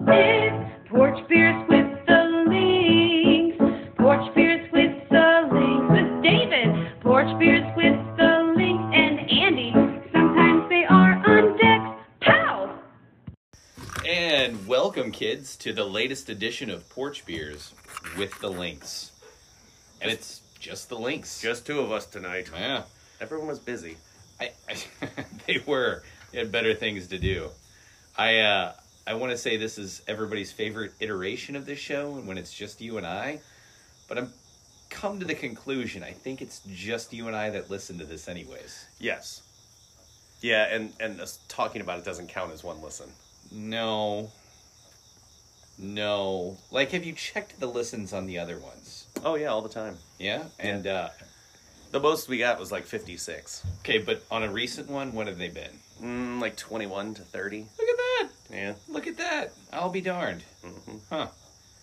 It's porch beers with the links. Porch beers with the links with David. Porch beers with the links and Andy. Sometimes they are on deck. Pow! And welcome, kids, to the latest edition of Porch Beers with the Links. And it's just the Links. Just two of us tonight. yeah. Everyone was busy. I, I, they were. They had better things to do. I uh, I want to say this is everybody's favorite iteration of this show, and when it's just you and I. But I'm come to the conclusion. I think it's just you and I that listen to this, anyways. Yes. Yeah, and and us talking about it doesn't count as one listen. No. No. Like, have you checked the listens on the other ones? Oh yeah, all the time. Yeah. And uh, The most we got was like 56. okay, but on a recent one, what have they been? Mm, like 21 to 30. Look at that. Yeah. Look at that. I'll be darned. Huh.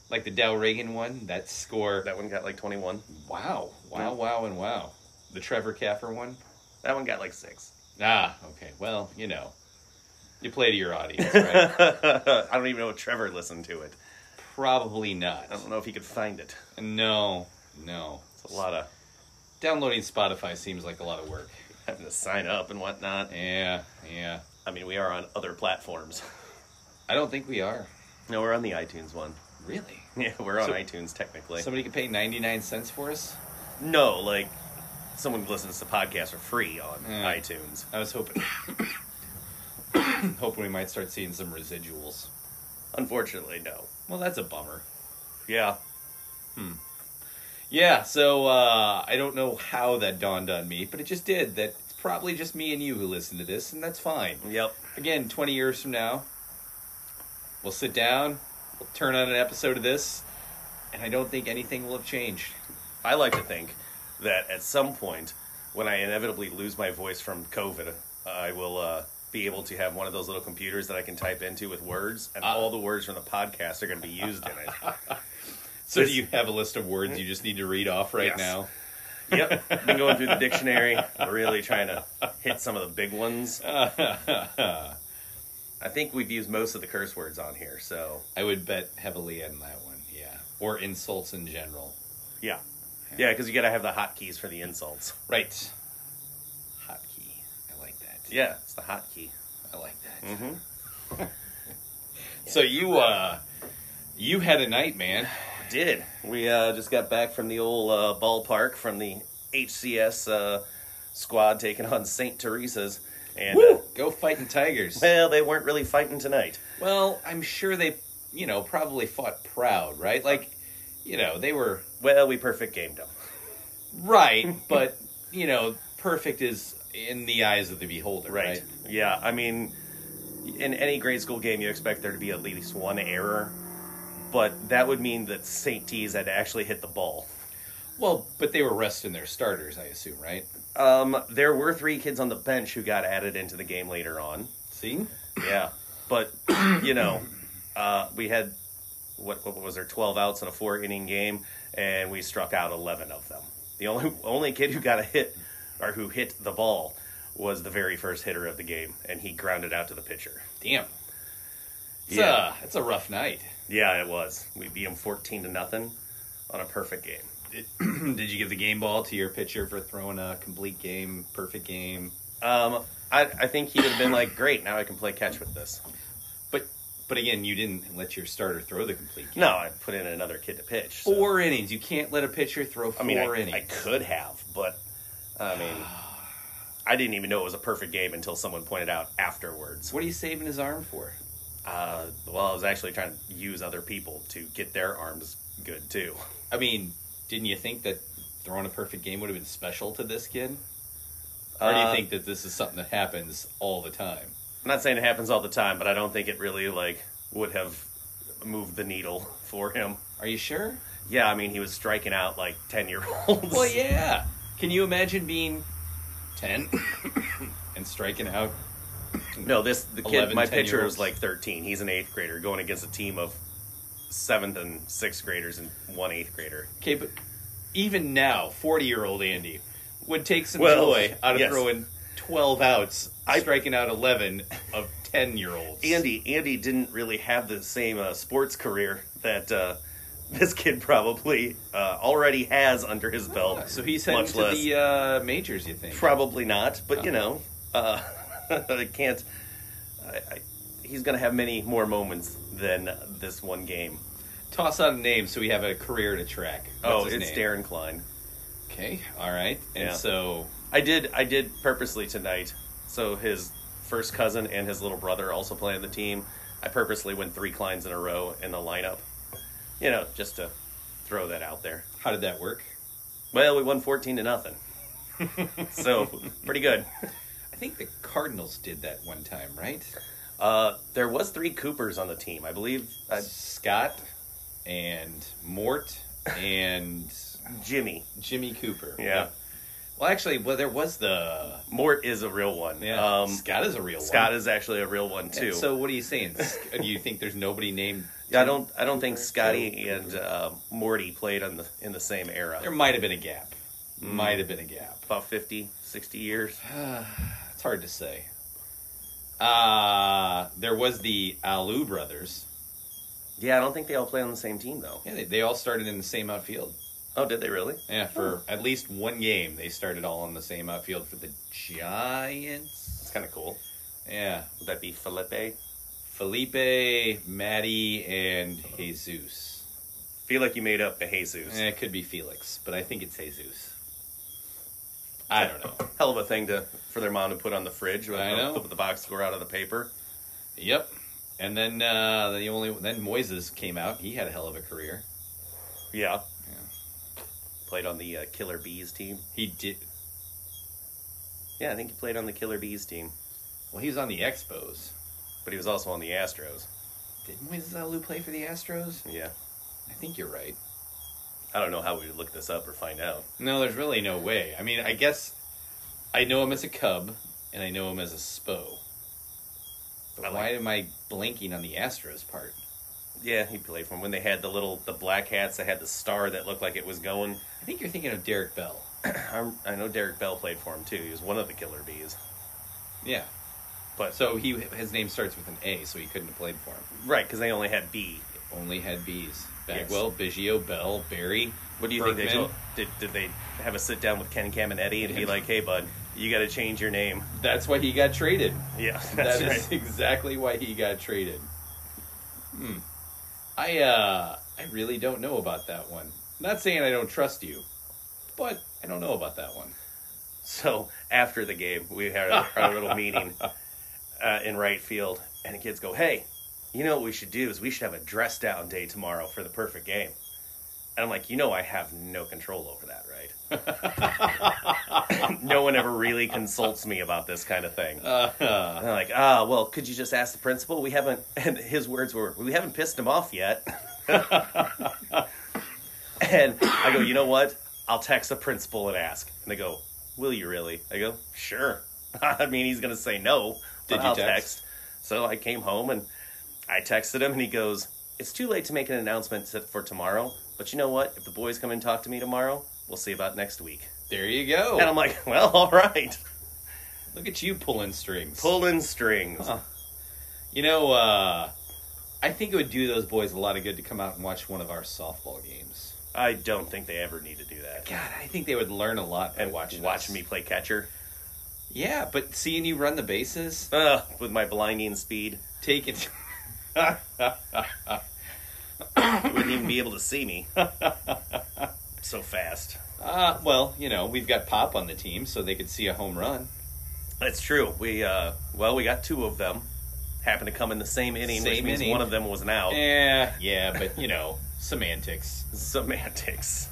Like the Dow Reagan one, that score. Mm-hmm. That one got like 21. Wow. Wow, wow, and wow. The Trevor Caffer one? That one got like 6. Ah, okay. Well, you know. You play to your audience, right? I don't even know if Trevor listened to it. Probably not. I don't know if he could find it. No, no. It's a lot of Downloading Spotify seems like a lot of work. having to sign up and whatnot. Yeah, yeah. I mean, we are on other platforms. I don't think we are. No, we're on the iTunes one. Really? Yeah, we're on So- iTunes technically. Somebody could pay 99 cents for us? No, like someone who listens to podcasts for free on Yeah. iTunes. I was hoping. hoping we might start seeing some residuals. Unfortunately, no. Well, that's a bummer. Yeah. Yeah, so uh, I don't know how that dawned on me, but it just did. That it's probably just me and you who listen to this, and that's fine. Yep. Again, 20 years from now, we'll sit down, we'll turn on an episode of this, and I don't think anything will have changed. I like to think that at some point, when I inevitably lose my voice from COVID, I will uh, be able to have one of those little computers that I can type into with words, and Ah. all the words from the podcast are going to be used in it. So, This- do you have a list of words you just need to read off right Yes. now? yep. Been going through the dictionary, really trying to hit some of the big ones. I think we've used most of the curse words on here, so I would bet heavily on that one, yeah. Or insults in general. yeah. Yeah, because you got to have the hotkeys for the insults. Right. Hotkey. I like that. Yeah, it's the hotkey. I like that. Mm-hmm. So you uh you had a night, man. Did we uh, just got back from the old uh, ballpark from the HCS uh, squad taking on St. Teresa's, and uh, Go fighting tigers. well, they weren't really fighting tonight. Well, I'm sure they, you know, probably fought proud, right? Like, you know, they were Well, we perfect gamed them. right, but you know, perfect is in the eyes of the beholder, right? Yeah. I mean, in any grade school game, you expect there to be at least one error, but that would mean that St. T's had actually hit the ball. Well, but they were resting their starters, I assume, right? Um, there were three kids on the bench who got added into the game later on. See? Yeah, but you know, uh, we had what, what was there twelve outs in a four inning game, and we struck out eleven of them. The only only kid who got a hit or who hit the ball was the very first hitter of the game, and he grounded out to the pitcher. Damn. It's Yeah. a, it's a rough night. Yeah, it was. We beat him fourteen to nothing on a perfect game. Did you give the game ball to your pitcher for throwing a complete game, perfect game? Um, I, I think he would have been like, great, now I can play catch with this. But but again, you didn't let your starter throw the complete game. No, I put in another kid to pitch. so- Four innings. You can't let a pitcher throw four I mean, I, innings. I could have, but I mean, I didn't even know it was a perfect game until someone pointed out afterwards. What are you saving his arm for? Uh, well, I was actually trying to use other people to get their arms good too. I mean, didn't you think that throwing a perfect game would have been special to this kid? Or do you Uh, think that this is something that happens all the time? I'm not saying it happens all the time, but I don't think it really like would have moved the needle for him. Are you sure? Yeah, I mean, he was striking out like ten year olds. Well, yeah. Can you imagine being 10 and striking out? No, this the kid. 11, my 10 year pitcher olds. was like 13. He's an eighth grader going against a team of seventh and sixth graders and one eighth grader. Okay, but even now, 40 year old Andy would take some Well, joy out of yes. throwing 12 outs, I- striking out 11 of ten year olds. Andy Andy didn't really have the same uh, sports career that uh, this kid probably uh, already has under his belt. Ah, So he's heading Much to less. the uh, Oh. majors, you think? Probably not, but you know, uh, I can't. I, I, he's going to have many more moments than this one game. Toss out a name so we have a career to track. oh, What's his it's name? Darren Klein. Okay, all right. And Yeah. so I did I did purposely tonight. So his first cousin and his little brother also play on the team. I purposely went three Kleins in a row in the lineup. You know, just to throw that out there. how did that work? Well, we won fourteen to nothing. so pretty good. I think the Cardinals did that one time, right? Uh, there was three Coopers on the team, I believe. Uh, Scott and Mort and Jimmy Jimmy Cooper. Yeah. Well, actually, well, there was the Mort is a real one. yeah. Um, Scott is a real Scott one. is actually a real one too. Yeah, so what are you saying? Sc- Do you think there's nobody named? yeah, I don't I don't think Scotty and uh, Morty played on the in the same era. There might have been a gap. Mm. Might have been a gap. About 50, 60 years. It's hard to say. Uh there was the Alou brothers. Yeah, I don't think they all play on the same team though. Yeah, they, they all started in the same outfield. Oh, did they really? Yeah, for Oh. at least one game, they started all on the same outfield for the Giants. That's kind of cool. Yeah, Would that be Felipe? Felipe, Matty, and Jesus. Feel like you made up a Jesus. Eh, it could be Felix, but I think it's Jesus. I don't know. Hell of a thing to for their mom to put on the fridge. with I the- know. with the box score out of the paper. Yep. And then uh, the only then Moises came out. He had a hell of a career. Yeah. Yeah. Played on the uh, Killer Bees team. He did. Yeah, I think he played on the Killer Bees team, Well, he was on the Expos. but he was also on the Astros. Did Moises Alou play for the Astros? Yeah. I think you're right. I don't know how we would look this up or find out. No, there's really no way. I mean, I guess I know him as a Cub and I know him as a Spo. But I like- why am I blanking on the Astros part? Yeah, he played from when they had the little the black hats that had the star that looked like it was going. I think you're thinking of Derek Bell. I'm, I know Derek Bell played for him too. He was one of the Killer Bees. Yeah. But So he his name starts with an A, so he couldn't have played for him. right, because they only had B. Only had B's. Bagwell, Biggio, Bell, Barry. What do you think they Bergman. told? Did, did they have a sit down with Ken Caminetti and be like, "Hey, bud, you got to change your name"? That's why he got traded. Yeah, That's that's right. exactly why he got traded. Hmm. I uh I really don't know about that one. Not saying I don't trust you, but I don't know about that one. So after the game, we had our, our little meeting uh, in right field, and the kids go, "Hey, you know what we should do is we should have a dress down day tomorrow for the perfect game." And I'm like, "You know, I have no control over that, right?" no one ever really consults me about this kind of thing. Uh, And I'm like, ah, well, could you just ask the principal? We haven't, and his words were, we haven't pissed him off yet. and I go, you know what? I'll text the principal and ask. And they go, will you really? I go, sure. I mean, he's going to say no. but Did you I'll text? So I came home and I texted him, and he goes, it's too late to make an announcement set for tomorrow. But you know what? If the boys come and talk to me tomorrow, we'll see about next week. there you go. And I'm like, well, all right. Look at you pulling strings. Pulling strings. You know, uh, I think it would do those boys a lot of good to come out and watch one of our softball games. I don't think they ever need to do that. God, I think they would learn a lot by and watching watching watching us. me play catcher Yeah, but seeing you run the bases, Ugh, uh, with my blinding speed. take it. Wouldn't even be able to see me so fast. Uh, well, you know, we've got Pop on the team, so they could see a home run. That's true. We uh, well, we got two of them. Happened to come in the same inning, which Same means inning. Eh. one of them was an out. Yeah, yeah, but you know, semantics. Semantics.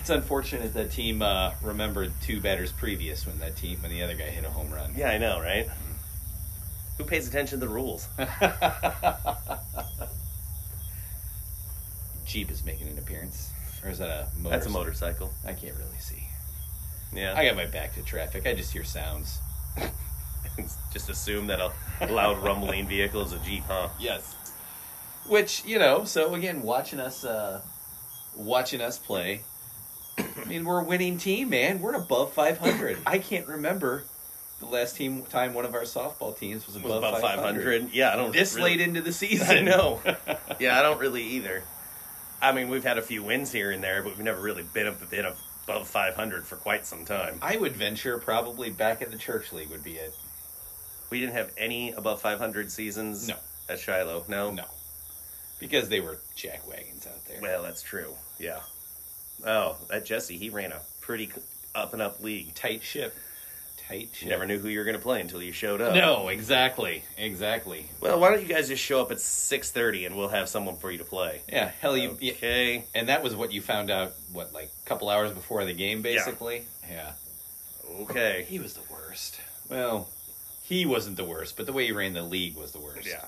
It's unfortunate that team uh, remembered two batters previous when that team when the other guy hit a home run. Yeah, I know, right? Who pays attention to the rules? Jeep is making an appearance, or is that a motorcycle? That's a motorcycle. I can't really see. Yeah, I got my back to traffic. I just hear sounds. just assume that a loud rumbling vehicle is a jeep, huh? Yes. Which you know, so again, watching us, uh, watching us play. I mean, we're a winning team, man. We're above 500. I can't remember the last team time one of our softball teams was It above, was above 500. 500. Yeah, I don't. This really- late into the season, I know. yeah, I don't really either. I mean, we've had a few wins here and there, but we've never really been up been up above 500 for quite some time. I would venture probably back at the church league would be it. We didn't have any above 500 seasons. No. At Shiloh, no. No, because they were jack wagons out there. Well, that's true. Yeah. Oh, that Jesse, he ran a pretty up and up league. Tight ship, tight ship. You never knew who you were going to play until you showed up. No, exactly, exactly. Well, why don't you guys just show up at 6:30 and we'll have someone for you to play. Yeah, hell, you. yeah. okay. And that was what you found out. What, like a couple hours before the game, basically. Yeah. Okay. He was the worst. Well, he wasn't the worst, but the way he ran the league was the worst. Yeah.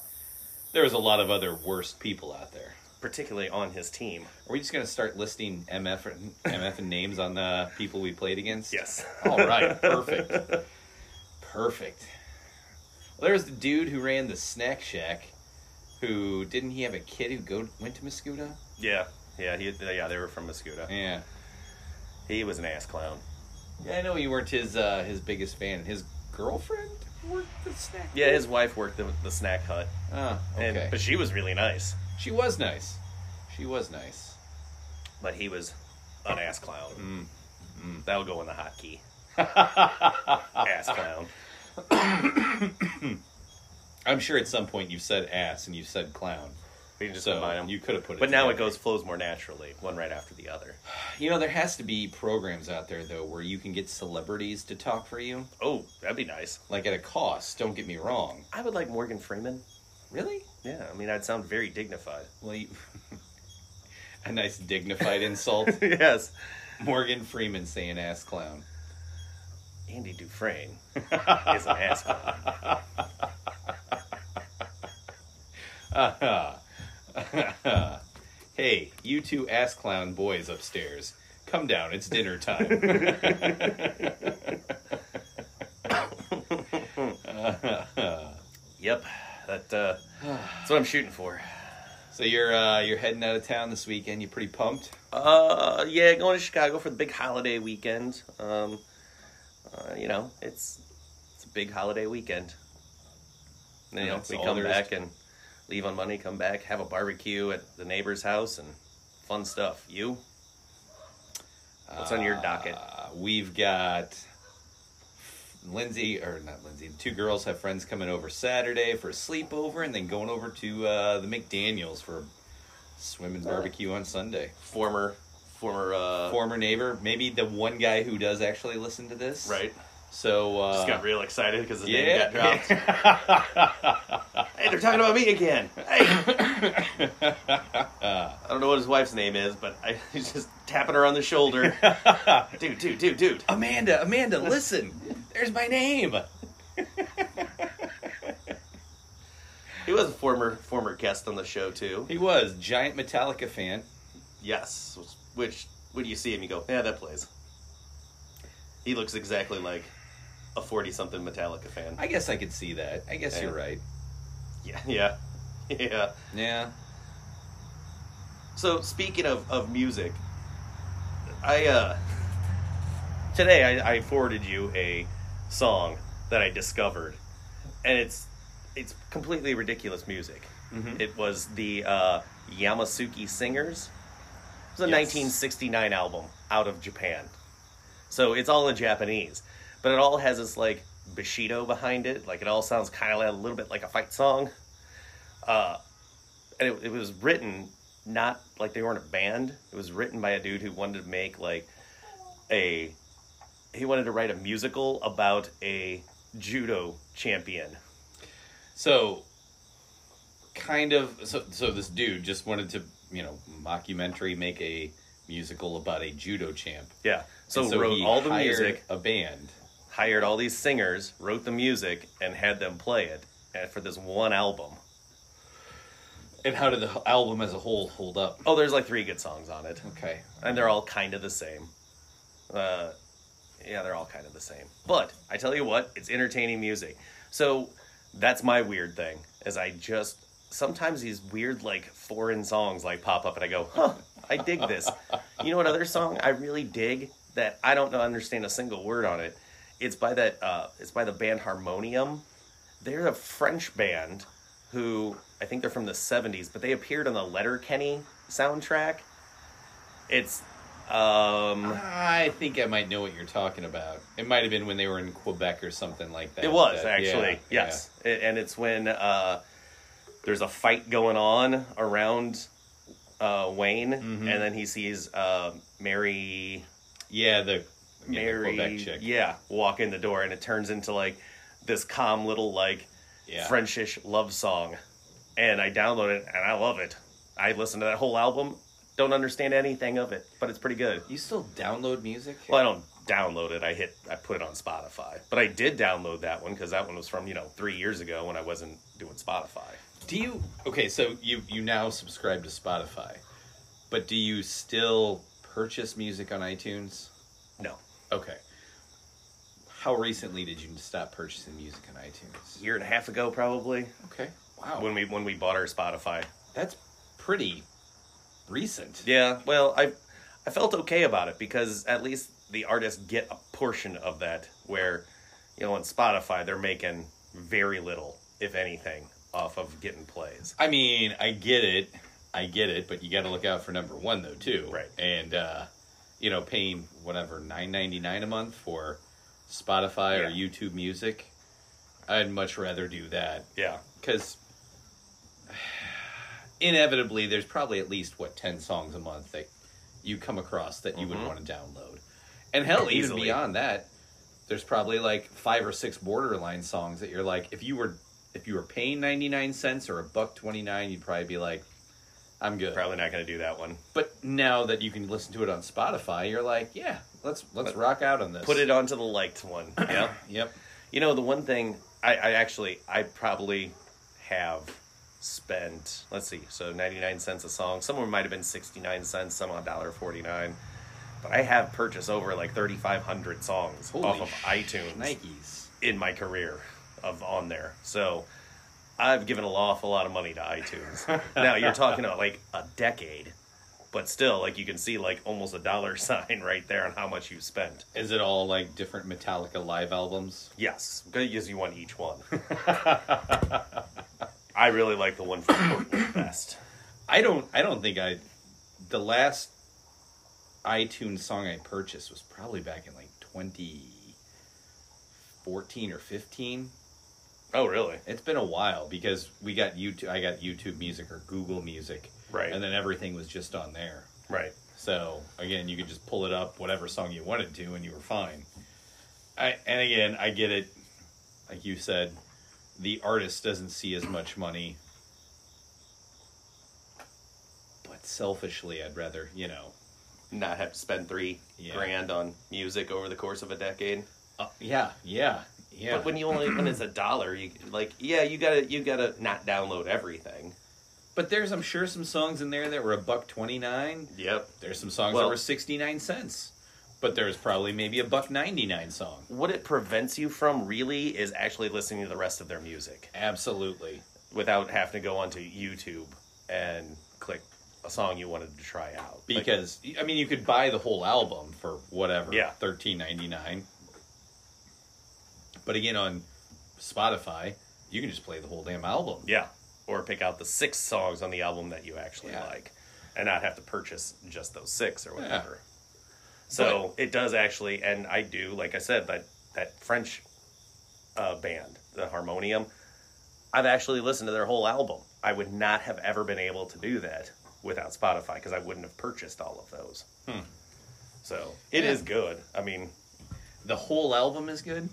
There was a lot of other worst people out there. Particularly on his team. Are we just gonna start listing MF and MF and names on the people we played against? Yes. All right, perfect. Perfect. Well, there was the dude who ran the snack shack. Who didn't he have a kid who go went to Muscuda? yeah. Yeah, he, yeah, they were from Mascuda. Yeah. He was an ass clown. Yeah, I know you weren't his uh, his biggest fan. His girlfriend worked the snack. Yeah, his wife worked the, the snack hut, Ah, and okay. but she was really nice. she was nice. She was nice. But he was an ass clown. Mm, That'll go in the hotkey. ass clown. I'm sure at some point you said ass and you said clown. We can just so combine them. you could have put it. but now it together. goes flows more naturally, one right after the other. You know, there has to be programs out there though where you can get celebrities to talk for you, Oh, that'd be nice. like at a cost. Don't get me wrong. I would like Morgan Freeman. Really? Yeah, I mean, I'd sound very dignified. Well, you... a nice dignified insult. yes, Morgan Freeman saying ass clown. Andy Dufresne is an ass clown. hey, you two ass clown boys upstairs, come down. It's dinner time. Yep, that uh, that's what I'm shooting for. so you're uh, you're heading out of town this weekend. You pretty pumped? Uh, yeah, going to Chicago for the big holiday weekend. Um, uh, you know, it's it's a big holiday weekend. And, you And know, that's we all come there is back and leave on Monday, come back, have a barbecue at the neighbor's house, and fun stuff. You? What's on your docket? Uh, we've got Lindsay or not Lindsay. The two girls have friends coming over Saturday for a sleepover, and then going over to uh, the McDaniel's for swim and barbecue on Sunday. Former, former, uh, Former neighbor, maybe the one guy who does actually listen to this, So uh, Just got real excited because the name yeah, got dropped. hey, they're talking about me again. Hey. I don't know what his wife's name is, but I, he's just tapping her on the shoulder. dude, dude, dude, dude. Amanda, Amanda, listen. There's my name. He was a former former guest on the show too. He was giant Metallica fan. Yes, which when you see him, you go, yeah, that plays. He looks exactly like a forty-something Metallica fan. I guess I could see that. I guess Yeah. you're right. Yeah, yeah, yeah. Yeah. So speaking of, of music, I uh today I, I forwarded you a song that I discovered, and it's it's completely ridiculous music. Mhm. It was the uh, Yamasuki Singers. It was a Yes. 1969 album out of Japan, so it's all in Japanese, but it all has this like Bushido behind it. Like it all sounds kind of a little bit like a fight song. Uh, and it, it was written not like they weren't a band. It was written by a dude who wanted to make like a he wanted to write a musical about a judo champion. So, kind of. So, so this dude just wanted to, you know, mockumentary make a musical about a judo champ. Yeah. So, And wrote all the hired music, a band. hired all these singers, wrote the music, and had them play it and for this one album. And how did the album as a whole hold up? Oh, there's like three good songs on it. Okay. and they're all kind of the same. Uh, yeah, they're all kind of the same. But I tell you what, it's entertaining music. So that's my weird thing. Is I just sometimes these weird like foreign songs like pop up and I go, huh, I dig this. you know what other song I really dig that I don't know- understand a single word on it It's by that. Uh, it's by the band Harmonium. They're a French band who I think they're from the '70s, but they appeared on the Letter Kenny soundtrack. It's um, I think I might know what you're talking about. It might have been when they were in Quebec or something like that. it was That- actually yeah, yes, A- and it's when uh, there's a fight going on around uh, Wayne, Mm-hmm. and then he sees uh, Mary. Yeah, Yeah, the, yeah, Mary, the Quebec chick. yeah, walk in the door, and it turns into like this calm little like Yeah. Frenchish love song. And I downloaded it, and I love it. I listened to that whole album. Don't understand anything of it, but it's pretty good. You still download music? Well, I don't download it. I hit, I put it on Spotify. But I did download that one because that one was from you know three years ago when I wasn't doing Spotify. Do you okay? So you you now subscribe to Spotify, but do you still purchase music on iTunes? No, Okay. How recently did you stop purchasing music on a iTunes? year and a half ago probably Okay. Wow. when we when we bought our Spotify. That's pretty recent. Yeah, well, I I felt okay about it because at least the artists get a portion of that where you know on Spotify they're making very little if anything off of getting plays. I mean, I get it. I get it, but you got to look out for number one though too. Right. And uh, you know, paying whatever nine ninety nine a month for Spotify or Yeah. YouTube Music, I'd much rather do that Yeah. because inevitably there's probably at least what 10 songs a month that you come across that you would Mhm. want to download and hell Easily. even beyond that there's probably like five or six borderline songs that you're like if you were if you were paying 99 cents or a buck 29 you'd probably be like i'm good Probably not going to do that one. but now that you can listen to it on spotify you're like yeah let's let's rock out on this Put it onto the liked one. Yeah. yep You know, the one thing I, I actually I probably have spent let's see, so ninety nine cents a song. Some of them might have been sixty nine cents, some a dollar forty nine. But I have purchased over like thirty five hundred songs Holy off of sh- iTunes nikes in my career of on there. So I've given an awful lot of money to iTunes. now you're talking about like a decade, but still like you can see like almost a dollar sign right there on how much you spent. is it all like different metallica live albums Yes, good gives you one each one. I really like the one from Portland best. I don't. I don't think I. The last iTunes song I purchased was probably back in like 2014 or 15. Oh, really? It's been a while because we got YouTube. I got YouTube Music or Google Music, Right. And then everything was just on there. Right. So again, you could just pull it up, whatever song you wanted to, and you were fine. I and again, I get it. Like you said, the artist doesn't see as much money, but selfishly, I'd rather you know. Not have to spend three Yeah. grand on music over the course of a decade. Uh, yeah, yeah, yeah. But when you only when it's a dollar, you like yeah, you gotta you gotta not download everything. but there's, I'm sure, some songs in there that were a buck twenty nine. Yep. There's some songs Well- that were sixty nine cents. But there's probably maybe a buck ninety nine song. What it prevents you from really is actually listening to the rest of their music Absolutely. without having to go onto YouTube and click a song you wanted to try out. Like, because I mean you could buy the whole album for whatever Yeah. thirteen ninety nine. But again, on Spotify, you can just play the whole damn album. Yeah. Or pick out the six songs on the album that you actually Yeah. like and not have to purchase just those six or whatever. So it does actually, and I do, like I said, that, that French uh, band, the Harmonium, I've actually listened to their whole album. I would not have ever been able to do that without Spotify because I wouldn't have purchased all of those. So it is Hmm. Yeah. good. I mean, The whole album is good.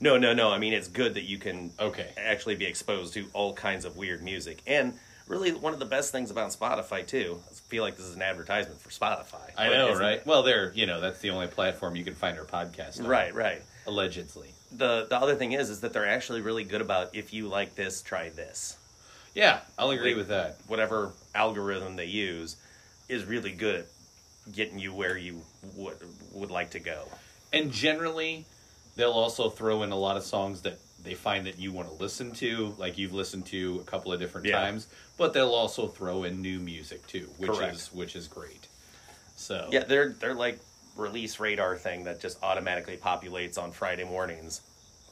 no, no, no. I mean, it's good that you can Okay. actually be exposed to all kinds of weird music. And really, one of the best things about Spotify too. I feel like this is an advertisement for Spotify. I but know, isn't right? it? Well, they're you know that's the only platform you can find our podcast. on, Right, right. Allegedly. The the other thing is, is that they're actually really good about if you like this, try this. Yeah, I'll agree with that. Whatever algorithm they use is really good at getting you where you would would like to go. And generally, they'll also throw in a lot of songs that they find that you want to listen to, like you've listened to a couple of different Yeah. times. But they'll also throw in new music too, which Correct. is which is great. So Yeah, they're they're like release radar thing that just automatically populates on Friday mornings.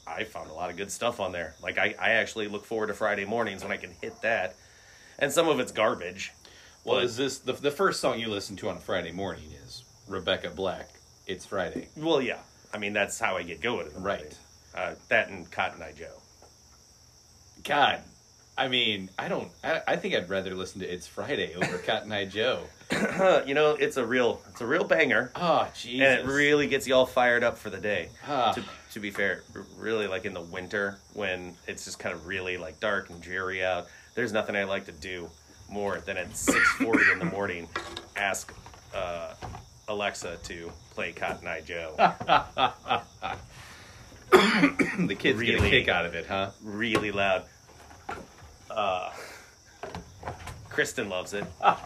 I found a lot of good stuff on there. Like I, I actually look forward to Friday mornings when I can hit that. And some of it's garbage. Well, is this the, the first song you listen to on a Friday morning? Is Rebecca Black? It's Friday. Well, yeah. I mean, that's how I get going. in the Right. morning. Uh, that and Cotton Eye Joe. God, I mean, I don't. I, I think I'd rather listen to It's Friday over Cotton Eye Joe. Uh, you know, it's a real, it's a real banger. Oh, Jesus! And it really gets you all fired up for the day. Ah. To, to be fair, r- really like in the winter when it's just kind of really like dark and dreary out, there's nothing I like to do more than at 6:40 in the morning ask uh, Alexa to play Cotton Eye Joe. the kids get a really- kick out of it, huh? really loud. Uh, Kristen loves it. Uh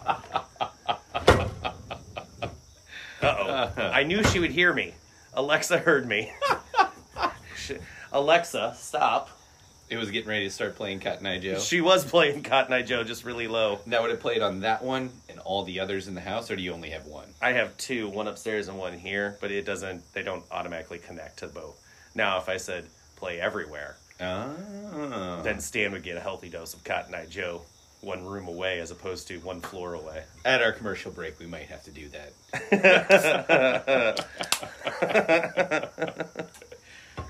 oh. I knew she would hear me. Alexa heard me. She- Alexa, stop. It was getting ready to start playing Cotton Eye Joe. She was playing Cotton Eye Joe just really low. Now would it play it on that one and all the others in the house, or do you only have one? I have two, one upstairs and one here, but it doesn't, they don't automatically connect to both. Now, if I said play everywhere, Oh. then Stan would get a healthy dose of Cotton Eye Joe one room away as opposed to one floor away. At our commercial break, we might have to do that.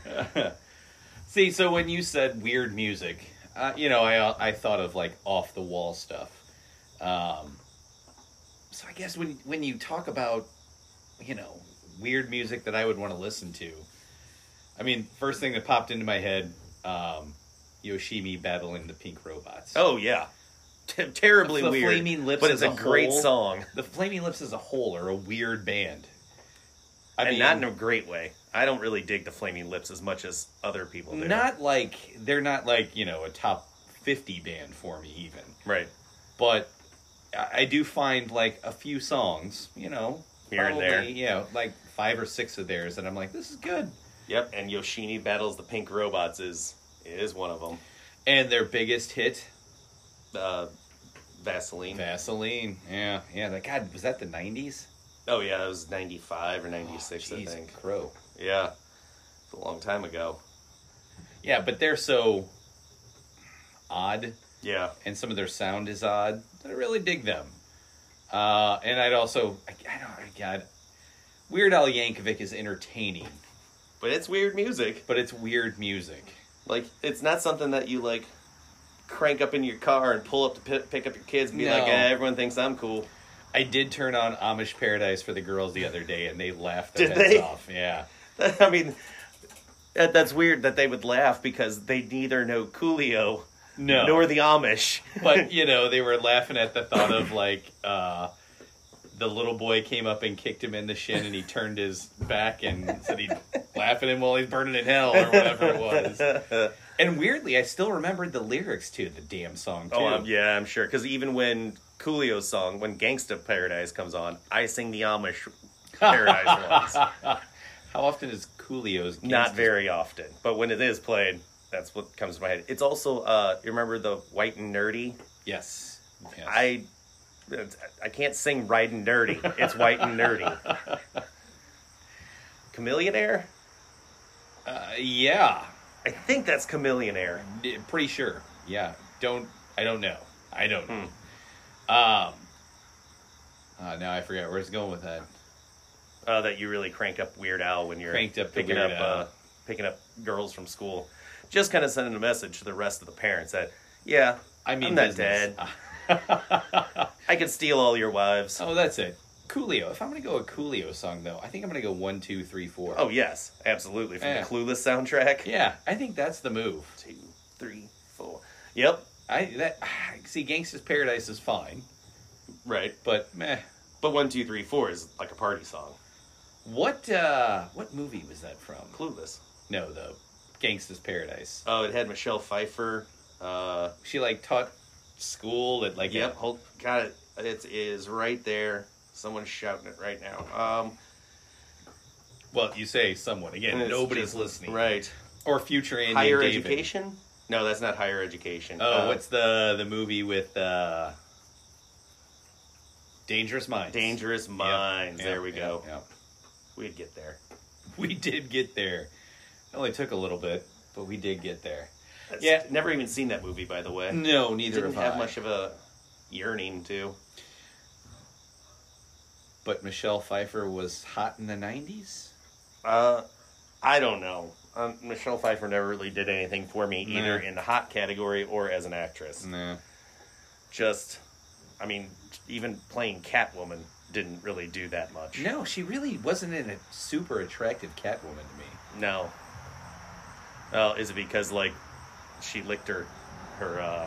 See, so when you said weird music, uh, you know, I I thought of like off the wall stuff. Um, so I guess when when you talk about, you know, weird music that I would want to listen to, I mean, first thing that popped into my head, um, Yoshimi battling the pink robots. Oh yeah, T- terribly The weird. Flaming Lips but as it's a, a great whole. song, The Flaming Lips as a whole are a weird band. I and not in a great way. I don't really dig the Flaming Lips as much as other people do. not like they're not like you know a top fifty band for me even, right but I I do find like a few songs, you know, Here and there. you know, like five or six of theirs, and I'm like, this is good. Yep, and Yoshini battles the pink robots is is one of them. And their biggest hit, Uh, Vaseline. Vaseline. Yeah, yeah. Like God, was that the '90s? Oh yeah, it was ninety five or ninety six, I Jeez, think. Crow. Yeah, it's a long time ago. Yeah, but they're so odd Yeah, and some of their sound is odd. I really dig them. Uh, and I'd also, I, I don't, I God, Weird Al Yankovic is entertaining, but it's weird music. but it's weird music. Like it's not something that you like crank up in your car and pull up to pi pick up your kids and be No. like, eh, everyone thinks I'm cool. I did turn on Amish Paradise for the girls the other day, and they laughed their Did heads they? off. Yeah, I mean, that, that's weird that they would laugh because they neither know Coolio no, nor the Amish. but you know they were laughing at the thought of like uh, the little boy came up and kicked him in the shin, and he turned his back and said he'd laugh at him while he's burning in hell or whatever it was. And weirdly, I still remembered the lyrics to the damn song too. oh, I'm- yeah, I'm sure. Because even when Coolio's song, when Gangsta Paradise comes on, I sing the Amish Paradise ones. How often is Coolio's Not Gangsta's- very often, but when it is played, that's what comes to my head. It's also, uh, you remember the White and Nerdy? Yes. Yes. I. I can't sing right and dirty. It's white and nerdy. Chameleon Air? uh, yeah. I think that's Chameleon Air. D- pretty sure. Yeah. Don't I don't know. I don't know. Hmm. Um uh, now I forgot where it's going with that. uh, that you really crank up Weird Al when you're Cranked up the picking Weird up Al. uh, picking up girls from school. Just kind of sending a message to the rest of the parents that, yeah, I mean I'm not business. dead. I could steal all your wives. oh, that's it. Coolio. If I'm gonna go a Coolio song though, I think I'm gonna go one, two, three, four. Oh yes, absolutely from Yeah. the Clueless soundtrack. yeah. I think that's the move. Two, three, four. Yep. I that see, Gangsta's Paradise is fine, Right. but meh. But one, two, three, four is like a party song. What uh what movie was that from? Clueless. No, the Gangsta's Paradise. Oh, it had Michelle Pfeiffer. Uh, She like taught school at like a- Yep, hold, got it. It is right there. Someone's shouting it right now. Um, well, you say someone again. and it's Nobody's just- listening. Right. Or future Andy higher and David. education? No, that's not higher education. Oh, Uh, what's the the movie with uh, Dangerous Minds? Dangerous Yep, Minds? yep, there we yep, go. yep. We'd get there. We did get there. It only took a little bit, but we did get there. That's- Yeah. Never even seen that movie, by the way. No, neither Didn't of have I. much of a yearning to. But Michelle Pfeiffer was hot in the '90s. Uh, I don't know. Um, Michelle Pfeiffer never really did anything for me, Nah. either in the hot category or as an actress. No, Just, I mean, even playing Catwoman didn't really do that much. no, she really wasn't in a super attractive Catwoman to me. No. Oh, is it because like she licked her her uh,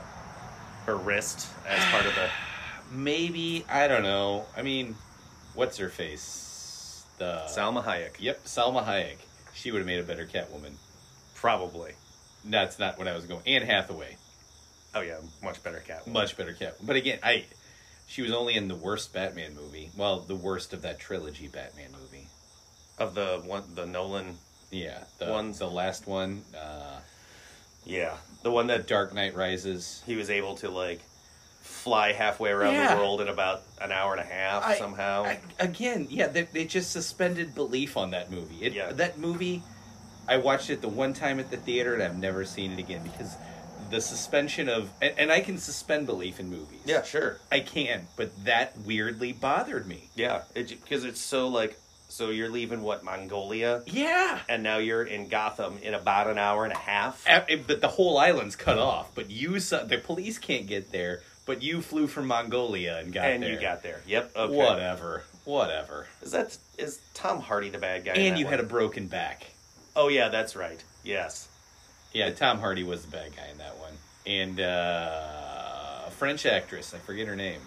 her wrist as part of the? Maybe I don't know. I mean, what's her face? The Salma Hayek. Yep, Salma Hayek. She would have made a better Catwoman. Probably. That's not what I was going. Anne Hathaway, Oh yeah, much better Catwoman. much better Catwoman. But again, I she was only in the worst Batman movie. Well, the worst of that trilogy Batman movie. of the one the Nolan. Yeah, the One- the last one, uh, Yeah, the one that Dark Knight Rises. he was able to like fly halfway around Yeah. the world in about an hour and a half I- somehow. I, again, yeah, they, they just suspended belief on that movie. It, Yeah. That movie, I watched it the one time at the theater, and I've never seen it again because the suspension of and, and I can suspend belief in movies. yeah, sure. I can, but that weirdly bothered me. Yeah, because it's so like so you're leaving what Mongolia Yeah. and now you're in Gotham in about an hour and a half. A- it- eh, But the whole island's cut off. But you, su- the police can't get there. But you flew from Mongolia and got and there. you got there. Yep. Okay. whatever, whatever. Is that is Tom Hardy the bad guy? in And that you had a one? broken back. Oh yeah, that's right. Yes. Yeah, Tom Hardy was the bad guy in that one. And uh, a French actress, I forget her name.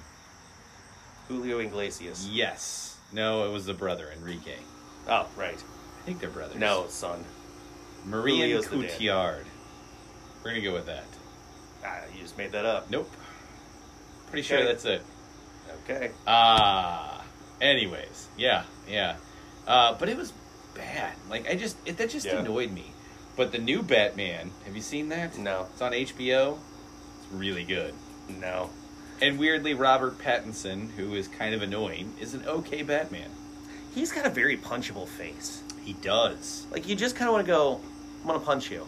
Julio Iglesias. Yes, no, it was the brother Enrique. Oh right. I think they're brothers. No son. Marion Julio's the dad. Cotillard. We're gonna go with that. Ah, you just made that up. Nope. Pretty sure Okay. that's it. Okay. Ah. anyways, yeah, yeah. Uh, but it was bad. Like I just it, that just Yeah. annoyed me. But the new Batman, have you seen that? No. It's on HBO. It's really good. No. And weirdly, Robert Pattinson, who is kind of annoying, is an okay Batman. He's got a very punchable face. He does. Like you just kind of want to go. I'm gonna punch you.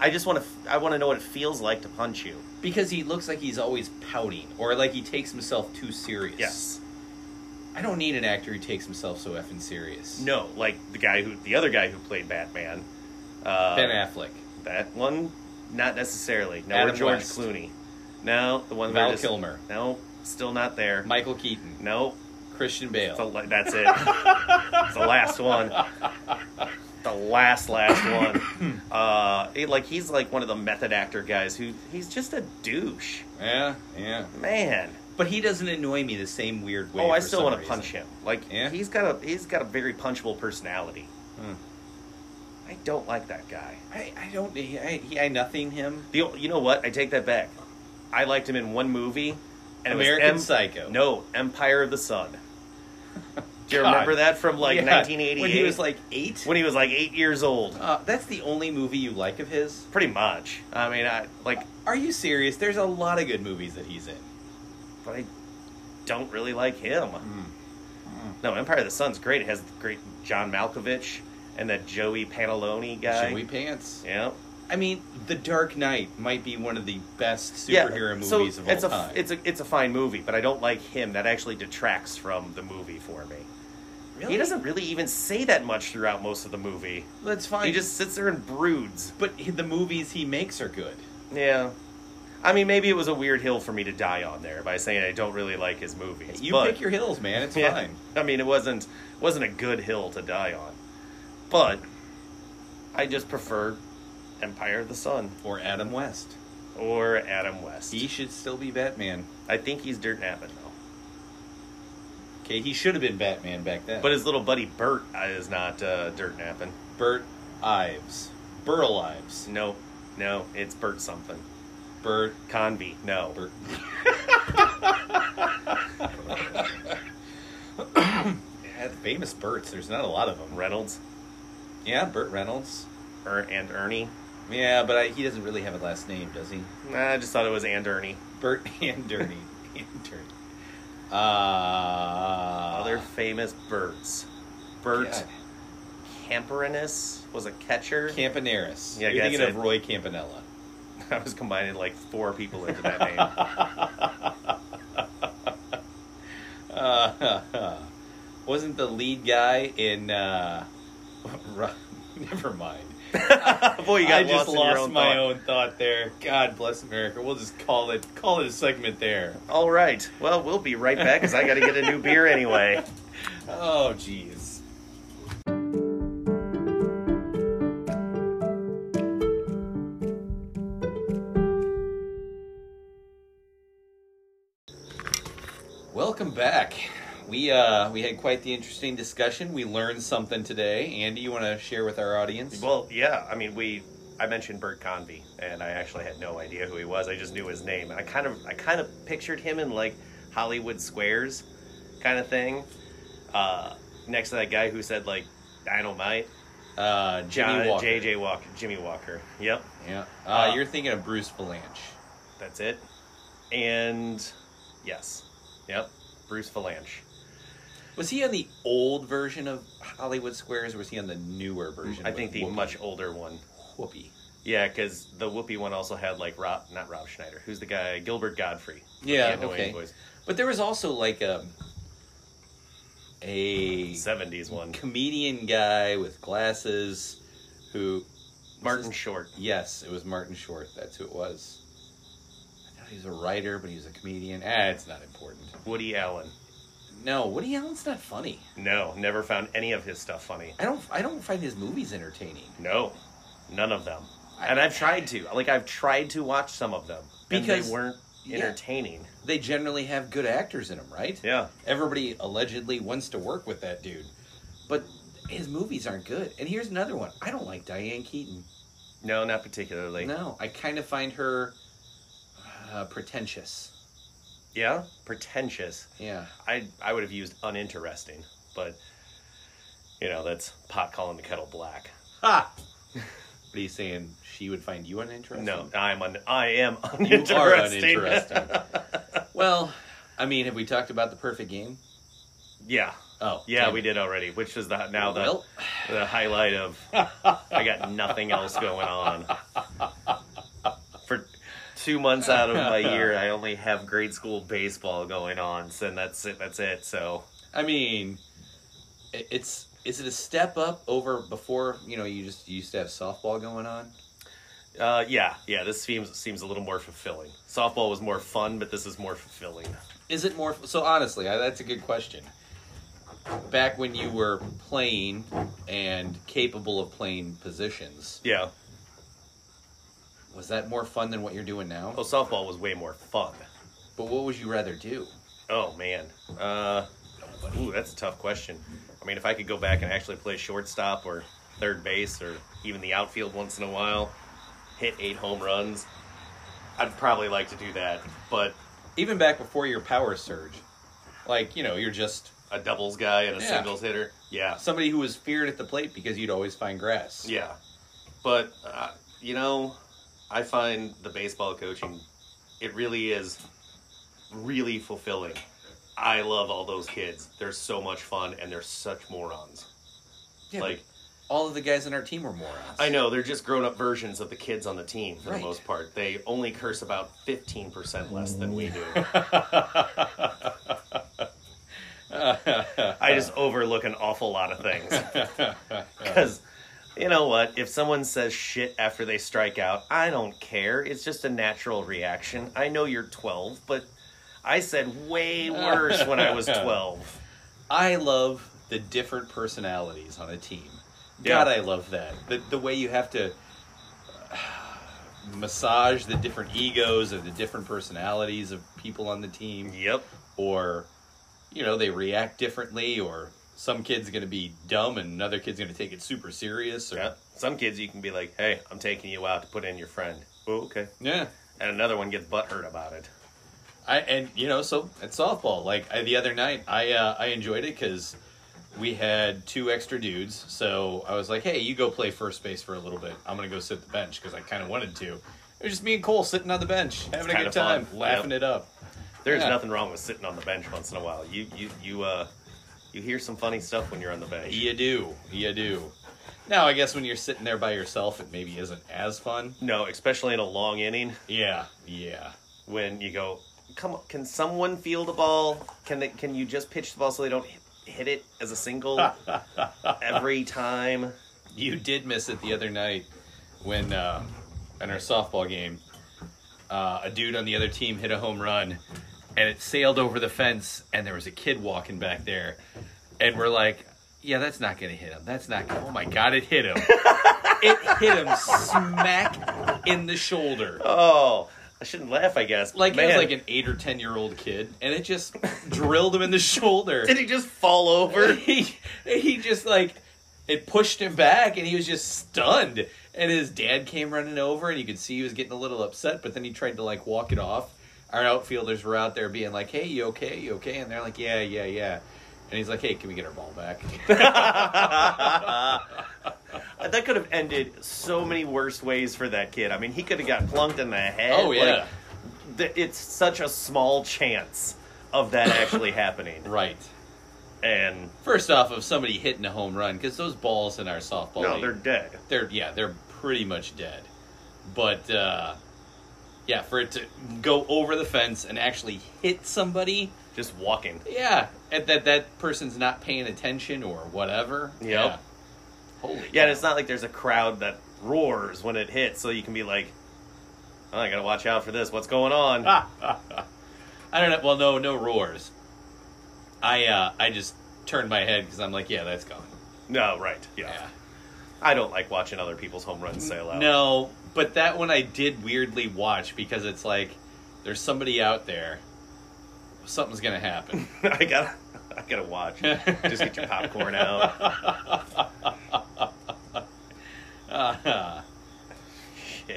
I just want to. I want to know what it feels like to punch you. Because he looks like he's always pouting, or like he takes himself too serious. I don't need an actor who takes himself so effing serious. No, like the guy who, the other guy who played Batman. Uh, Ben Affleck. That one, not necessarily. No, Adam or George West. Clooney. No, the one Val where just- Kilmer. No, still not there. Michael Keaton. no, Christian it's the Bale. la- that's it. it's the last one. The last, last one. Uh, it, like he's like one of the method actor guys who he's just a douche, Yeah, yeah. man. But he doesn't annoy me the same weird way. oh, I for still some want to reason. punch him. Like Yeah? he's got a he's got a very punchable personality. Hmm. I don't like that guy. I, I don't. He, I, he, I nothing him. The o- you know what? I take that back. I liked him in one movie, and American it was Psycho. No, Empire of the Sun. Do you God. remember that from like Yeah, 1988? When he was like eight. when he was like eight years old. uh, that's the only movie you like of his. Pretty much. I mean, I like, Are you serious? There's a lot of good movies that he's in. but I don't really like Mm. him. No, Empire of the Sun's great. It has the great John Malkovich and that Joey Pantalone guy. Should we pants? Yeah. I mean, The Dark Knight might be one of the best Yeah, superhero so movies of all it's a, time. It's a it's a fine movie, but I don't like him. That actually detracts from the movie for me. really? He doesn't really even say that much throughout most of the movie. That's fine. He just sits there and broods. But he- the movies he makes are good. Yeah. I mean, maybe it was a weird hill for me to die on there by saying I don't really like his movies. You but, pick your hills, man. It's Yeah. fine. I mean, it wasn't wasn't a good hill to die on, but I just prefer Empire of the Sun Or Adam West. or Adam West. He should still be Batman. I think he's dirt napping though, Okay, he should have been Batman back then. but his little buddy Bert is not uh, dirt napping. Bert Ives. Burl Ives. No, no, it's Bert something. Bert. Convy, no. Bert. yeah, the famous Berts. There's not a lot of them. Reynolds Yeah, Burt Reynolds. er, and Ernie. Yeah, but I, he doesn't really have a last name, does he? Nah, I just thought it was and Ernie. Burt and Dirty. and Dirty. Uh, Ah. Other famous birds. Bert, God. Camperinis was a catcher. Campanaris. Yeah, I You're guess thinking of it- Roy Campanella. I was combining like four people into that name. Uh, wasn't the lead guy in? Uh, Ru- never mind. Boy, you got I just lost, in your lost own my thought. own thought there. God bless America. We'll just call it call it a segment there. All right. Well, we'll be right back because I got to get a new beer anyway. Oh, jeez. Welcome back. We uh, we had quite the interesting discussion. We learned something today. Andy, you want to share with our audience? Well, yeah. I mean, we. I mentioned Bert Convey, and I actually had no idea who he was. I just knew his name. I kind of, I kind of pictured him in like Hollywood Squares, kind of thing. Uh, next to that guy who said like Dynamite, Uh, Jimmy John, Walker. JJ Walker, Jimmy Walker. Yep, Yeah. Uh, Uh, you're thinking of Bruce Valanche. that's it. And yes, yep, Bruce Valanche. Was he on the old version of Hollywood Squares, or was he on the newer version? I with think the Whoopi? much older one. Whoopi. Yeah, because the Whoopi one also had like Rob, not Rob Schneider, who's the guy Gilbert Godfrey. with Yeah, the annoying okay. voice. But there was also like a a '70s one. comedian guy with glasses who Martin Short. yes, it was Martin Short. That's who it was. I thought he was a writer, but he was a comedian. Ah, it's not important. Woody Allen. No, Woody Allen's not funny. No, never found any of his stuff funny. I don't. I don't find his movies entertaining No, none of them. And I've tried to. Like I've tried to watch some of them and Because- they weren't yeah. entertaining. They generally have good actors in them, right? Yeah. Everybody allegedly wants to work with that dude, but his movies aren't good. And here's another one. I don't like Diane Keaton. No, not particularly. No, I kind of find her uh, pretentious. Yeah, pretentious. Yeah. I I would have used uninteresting, but you know that's pot calling the kettle black. Ha! What are you saying? She would find you uninteresting? No, I'm un- I am You uninteresting. are uninteresting. well, I mean, have we talked about the perfect game? yeah, Oh. yeah, damn. we did already, which was the now the Well. the highlight of. I got nothing else going on. For two months out of my year, I only have grade school baseball going on, so that's it. That's it. So I mean, i- it's. Is it a step up over before, you know, you just you used to have softball going on? uh, yeah, yeah, this seems seems a little more fulfilling. Softball was more fun, but this is more fulfilling. Is it more so? Honestly, I, that's a good question. Back when you were playing and capable of playing positions, Yeah. was that more fun than what you're doing now? Oh, softball was way more fun. But what would you rather do? Oh man. Uh, ooh, that's a tough question. I mean, if I could go back and actually play shortstop or third base or even the outfield once in a while, hit eight home runs, I'd probably like to do that. But Even back before your power surge, like you know, you're just a doubles guy and a Yeah. singles hitter, yeah, somebody who was feared at the plate because you'd always find grass. yeah. But uh, you know, I find the baseball coaching, it really is, really fulfilling. I love all those kids. They're so much fun and they're such morons. Yeah, like but all of the guys on our team were morons. I know they're just grown-up versions of the kids on the team for Right. the most part. They only curse about fifteen percent less than we do. I just overlook an awful lot of things because you know what? If someone says shit after they strike out, I don't care. It's just a natural reaction. I know you're twelve, but I said way worse when I was twelve. I love the different personalities on a team. Yeah. God, I love that. The, the way you have to uh, massage the different egos or the different personalities of people on the team, Yep. or you know they react differently, or some kid's going to be dumb and another kid's going to take it super serious. Or, Yeah. Some kids you can be like, "Hey, I'm taking you out to put in your friend." Oh, okay. yeah. and another one gets butthurt about it. I and you know so at softball like I, the other night I uh, I enjoyed it because we had two extra dudes so I was like hey you go play first base for a little bit I'm gonna go sit the bench because I kind of wanted to it was just me and Cole sitting on the bench having a kinda good time fun. laughing Yep. it up There's Yeah. nothing wrong with sitting on the bench once in a while. You you you uh you hear some funny stuff when you're on the bench. you do you do Now, I guess when you're sitting there by yourself, it maybe isn't as fun. No, especially in a long inning Yeah, yeah. when you go, come on, can someone field the ball? Can they, can you just pitch the ball so they don't hit, hit it as a single every time? You did miss it the other night when uh, in our softball game, uh, a dude on the other team hit a home run, and it sailed over the fence, and there was a kid walking back there, and we're like, "Yeah, that's not gonna hit him. That's not. Gonna... Oh my god, it hit him! it hit him smack in the shoulder." Oh, I shouldn't laugh, I guess. Like it was Man, like an eight or ten year old kid, and it just drilled him in the shoulder. did he just fall over? he he just like it pushed him back and he was just stunned and his dad came running over and you could see he was getting a little upset but then he tried to like walk it off our outfielders were out there being like hey you okay you okay and they're like yeah yeah yeah and he's like hey can we get our ball back That could have ended so many worse ways for that kid. I mean, he could have got plunked in the head. oh yeah Like, th- it's such a small chance of that actually happening. right And first off of somebody hitting a home run because those balls in our softball no, league- they're dead. they're yeah they're pretty much dead but uh yeah for it to go over the fence and actually hit somebody Just walking. yeah and that that person's not paying attention or whatever Yep. yeah holy Yeah, and it's not like there's a crowd that roars when it hits, so you can be like, oh, I gotta watch out for this. What's going on? Ah. i don't know well no no roars i uh i just turned my head because i'm like yeah that's gone No, right. Yeah. yeah I don't like watching other people's home runs sail out. No, but that one I did weirdly watch because it's like there's somebody out there. Something's gonna happen. I gotta, I gotta watch. Just get your popcorn out. Uh, Shit.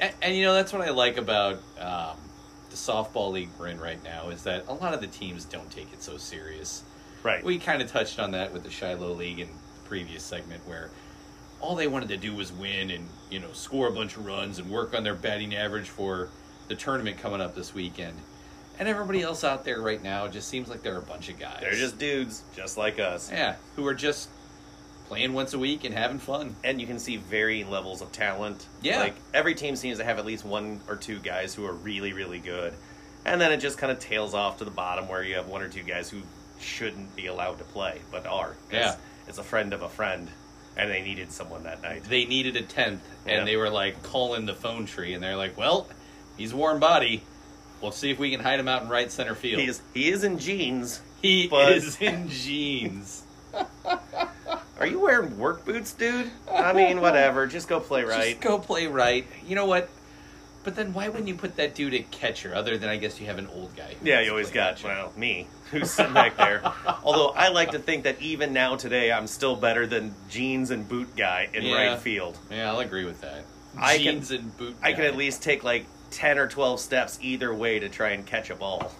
and, and you know that's what I like about um, the softball league we're in right now is that a lot of the teams don't take it so serious. Right. We kind of touched on that with the Shiloh League in the previous segment where all they wanted to do was win and, you know, score a bunch of runs and work on their batting average for the tournament coming up this weekend. And everybody else out there right now just seems like they're a bunch of guys. They're just dudes, just like us. yeah, who are just playing once a week and having fun. and you can see varying levels of talent. Yeah. Like every team seems to have at least one or two guys who are really, really good. And then it just kind of tails off to the bottom where you have one or two guys who shouldn't be allowed to play, but are. Yeah. It's, it's a friend of a friend, and they needed someone that night. They needed a tenth, and Yeah. they were like calling the phone tree, and they're like, "Well, he's a warm body. We'll see if we can hide him out in right center field." He is, he is in jeans. He but- is in jeans. Are you wearing work boots, dude? I mean, whatever. Just go play right. Just go play right. You know what? But then why wouldn't you put that dude at catcher? Other than I guess you have an old guy. who Yeah, wants you to always play got catcher. well me who's sitting back there. Although I like to think that even now today, I'm still better than jeans and boot guy in Yeah. right field. Yeah, I'll agree with that. I can- jeans and boot. I can guy. at least take like ten or twelve steps either way to try and catch a ball.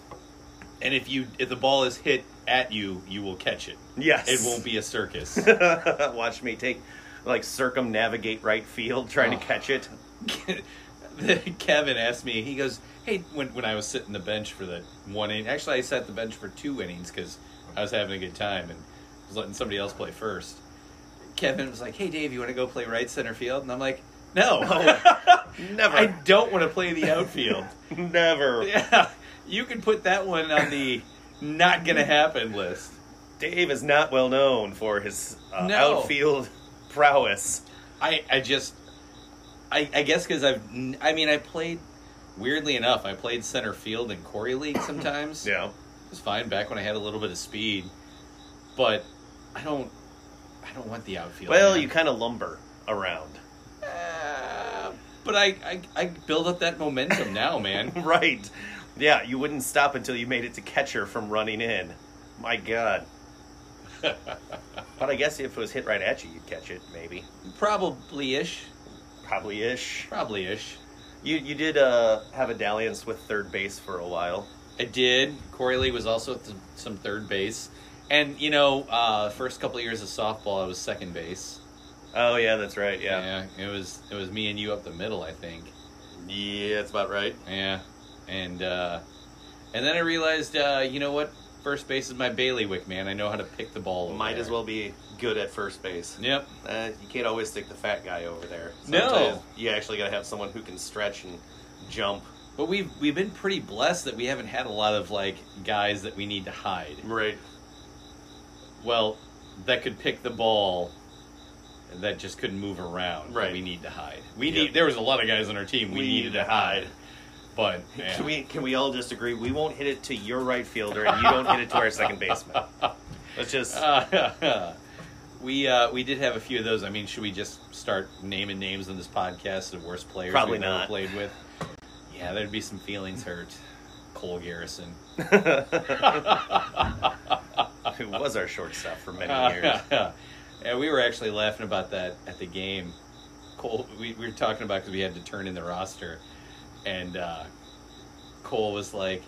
And if you if the ball is hit at you, you will catch it. Yes, It won't be a circus. Watch me take like circumnavigate right field trying Oh. to catch it. Kevin asked me. He goes, "Hey, when when I was sitting the bench for the one inning, actually I sat the bench for two innings because I was having a good time and was letting somebody else play first. Kevin was like, "Hey, Dave, you want to go play right center field?" And I'm like, "No, Never, I don't want to play the outfield." never. yeah, you can put that one on the not gonna happen list. Dave is not well known for his uh, No. outfield prowess. I I just I I guess because I've n- I mean I played weirdly enough I played center field in Corey League sometimes. Yeah, It was fine back when I had a little bit of speed, but I don't, I don't want the outfield. well, man. you kind of lumber around. Uh, but I, I, I build up that momentum now, man. Right. Yeah, you wouldn't stop until you made it to catcher from running in. My God. but I guess if it was hit right at you, you'd catch it, maybe. Probably ish, Probably ish. probably ish. You you did uh, have a dalliance with third base for a while. I did. Corey Lee was also at th- some third base, and you know, uh, first couple of years of softball, I was second base. Oh yeah, that's right. Yeah. yeah, it was it was me and you up the middle, I think. Yeah, that's about right. Yeah, and uh, and then I realized, uh, you know what? First base is my bailiwick, man. I know how to pick the ball. over Might as there. well be good at first base. Yep. Uh, you can't always stick the fat guy over there. No. Sometimes you actually got to have someone who can stretch and jump. But we've we've been pretty blessed that we haven't had a lot of like guys that we need to hide. Right. Well, that could pick the ball, that just couldn't move around. that Right. We need to hide. We Yeah. need. There was a lot of guys on our team. We, We needed to hide. But man, Can we can we all just agree we won't hit it to your right fielder and you don't hit it to our second baseman? Let's just Uh, we uh, we did have a few of those. I mean, should we just start naming names on this podcast of worst players Probably we've ever not. played with? Yeah, there'd be some feelings hurt. Cole Garrison. who was our shortstop for Uh, many years. and we were actually laughing about that at the game. Cole, we, we were talking about because we had to turn in the roster, and uh, Cole was like,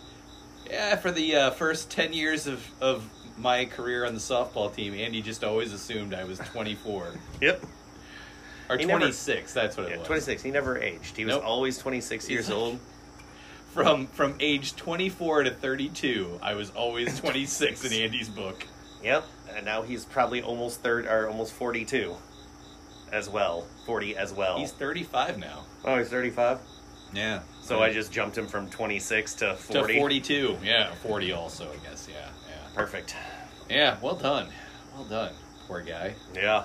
"Yeah, for the uh, first ten years of of my career on the softball team, Andy just always assumed I was 24 Yep. or He never- 26. that's what it Yeah, was. 26. He never aged. He was Nope. always 26 years old. From from age 24 to 32, I was always 26 in Andy's book. Yep. And now he's probably almost third or almost 42 as well. 40 as well. He's 35 now. oh, he's 35. Yeah. So I just jumped him from 26 to 40. To 42. Yeah, 40 also, I guess. Yeah, yeah. Perfect. Yeah, well done. Well done, poor guy. Yeah.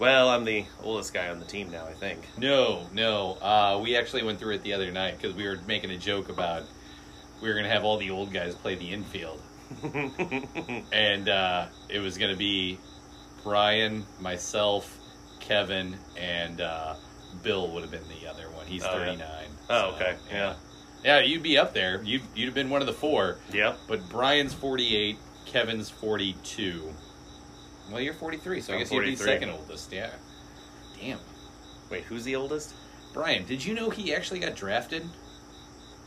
Well, I'm the oldest guy on the team now, I think. No, no. Uh, we actually went through it the other night because we were making a joke about we were going to have all the old guys play the infield. and uh, it was going to be Brian, myself, Kevin, and uh, Bill would have been the other one. He's Oh, yeah. 39. Oh, okay, yeah. yeah. you'd be up there. You'd, you'd have been one of the four. Yep. But Brian's 48, Kevin's 42. Well, you're 43, so I I'm guess you'd be 43. second oldest, yeah. Damn. Wait, who's the oldest? Brian, did you know he actually got drafted?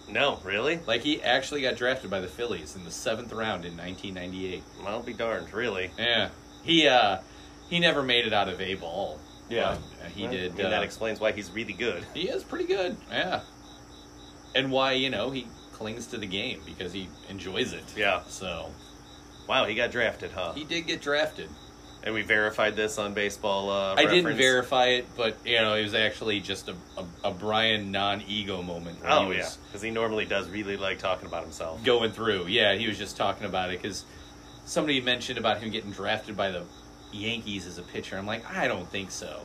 No, really? Like, he actually got drafted by the Phillies in the seventh round in 1998. I'll be darned, really. Yeah. He, uh, he never made it out of A ball. Yeah. But, uh, he Well, did. I mean, uh, that explains why he's really good. he is pretty good, yeah. And why, you know, he clings to the game because he enjoys it. Yeah. So, Wow, he got drafted, huh? he did get drafted. And we verified this on baseball. Uh, I didn't reference. verify it, but you know, it was actually just a, a, a Brian non-ego moment. where he Oh was yeah, because he normally does really like talking about himself. going through. Yeah, he was just talking about it because somebody mentioned about him getting drafted by the Yankees as a pitcher. I'm like, I don't think so.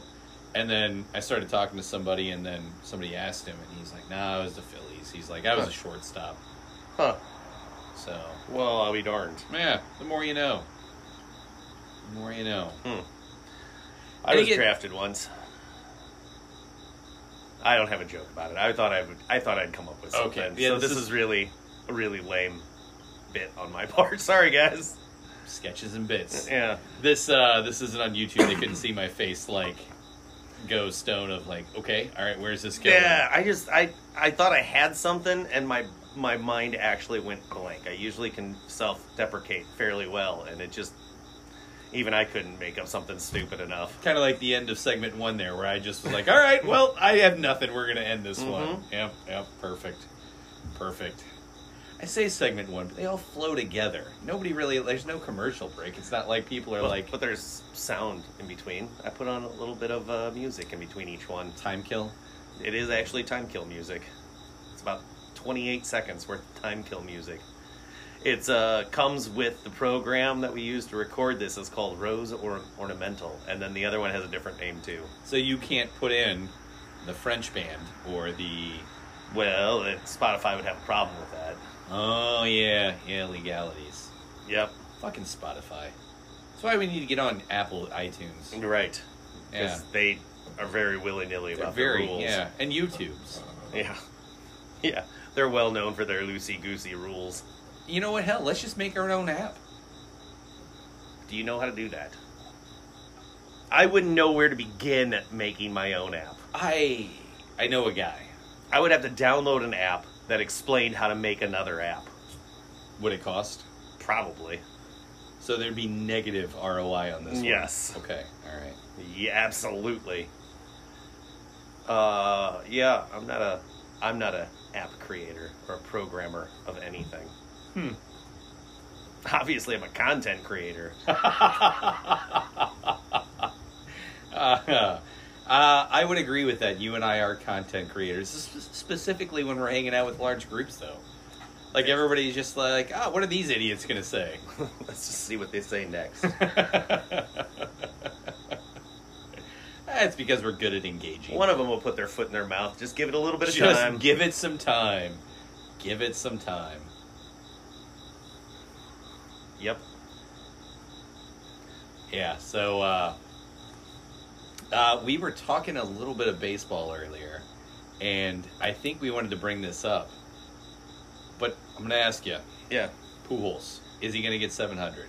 And then I started talking to somebody, and then somebody asked him, and he's like, Nah, it was the Phillies. He's like, I was a Huh. shortstop. Huh. So Well, I'll be darned. yeah, the more you know, the more you know. I And Hmm. was he get- drafted once. I don't have a joke about it. I thought I would. I thought I'd come up with something. Okay. Yeah, so this this, is- is... really a really lame bit on my part. Sorry, guys. Sketches and bits. Yeah. This uh this isn't on YouTube. They couldn't see my face like go stone of like, okay, all right, where's this going? Yeah. I just I I thought I had something, and my my mind actually went blank. I usually can self-deprecate fairly well, and it just even I couldn't make up something stupid enough. Kind of like the end of segment one there, where I just was like, all right, well, I have nothing. We're gonna end Mm-hmm. this one. Yep, yep, perfect, perfect. I say segment one, but they all flow together. Nobody really. There's no commercial break. It's not like people are Well, like but there's sound in between. I put on a little bit of uh, music in between each one. time kill. It is actually time kill music. It's about 28 seconds worth of time kill music. It's uh, comes with the program that we use to record this. It's called Rose or Ornamental, and then the other one has a different name too. So you can't put in the French band or the. Well, it, Spotify would have a problem with that. Oh yeah, yeah, legalities. Yep, Fucking Spotify. That's why we need to get on Apple iTunes. you're right. Because Yeah. they are very willy nilly They're about very their rules. yeah, and YouTube's. yeah, yeah. They're well known for their loosey goosey rules. You know what? Hell, let's just make our own app. Do you know how to do that? I wouldn't know where to begin making my own app. I I know a guy. I would have to download an app that explained how to make another app. Would it cost? Probably. So there'd be negative ROI on this. one. Yes. Okay. All right. Yeah, absolutely. Uh, yeah, I'm not a I'm not a app creator or a programmer of anything. Hmm. Obviously, I'm a content creator. Uh, uh, I would agree with that. You and I are content creators, Sp- specifically when we're hanging out with large groups, though. Like everybody's just like, "Ah, what are these idiots gonna say?" Let's just see what they say next. That's because we're good at engaging. One of them will put their foot in their mouth. Just give it a little bit of just time. give it some time. Give it some time. Yep. Yeah. So uh, uh, we were talking a little bit of baseball earlier, and I think we wanted to bring this up. But I'm gonna ask you, Yeah. Pujols, is he gonna get 700?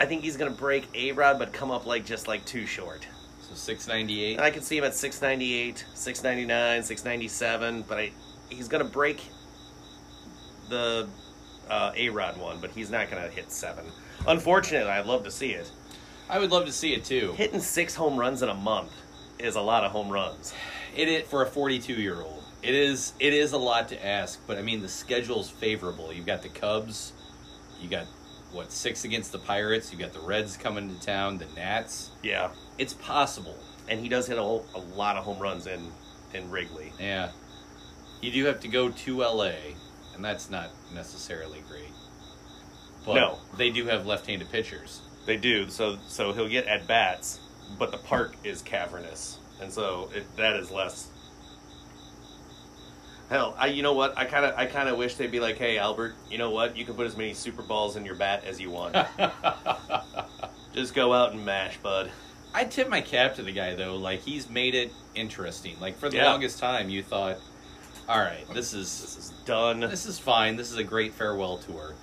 I think he's gonna break A Rod, but come up like just like too short. So 698. And I can see him at 698, 699, 697, but I he's gonna break the uh, A Rod one, but he's not gonna hit seven. Unfortunately, I'd love to see it. I would love to see it too. Hitting six home runs in a month is a lot of home runs. It is for a 42 year old. It is it is a lot to ask, but I mean the schedule's favorable. You've got the Cubs, you got what six against the Pirates. You've got the Reds coming to town, the Nats. Yeah, It's possible. and he does hit a, whole, a lot of home runs in in Wrigley. Yeah, you do have to go to LA, and that's not necessarily great. But No. they do have left-handed pitchers. They do. So so he'll get at bats, but the park is cavernous, and so it, that is less. Hell, I you know what? I kind of I kind of wish they'd be like, hey Albert, you know what? You can put as many super balls in your bat as you want. Just go out and mash, bud. I tip my cap to the guy though. Like he's made it interesting. Like for the Yeah. longest time, you thought, "All right, this This is is done. this is fine. This is a great farewell tour."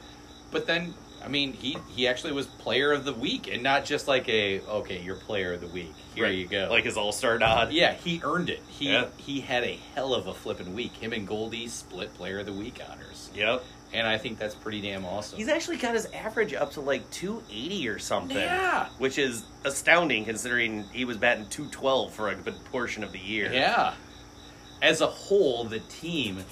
But then, I mean, he he actually was player of the week, and not just like a okay, you're player of the week. Here Right. you go. Like his all star nod. yeah, he earned it. He Yeah. he had a hell of a flippin' week. Him and Goldie split player of the week honors, Yep. and I think that's pretty damn awesome. He's actually got his average up to like 280 or something. Yeah. Which is astounding considering he was batting 212 for a good portion of the year. Yeah. As a whole, the team,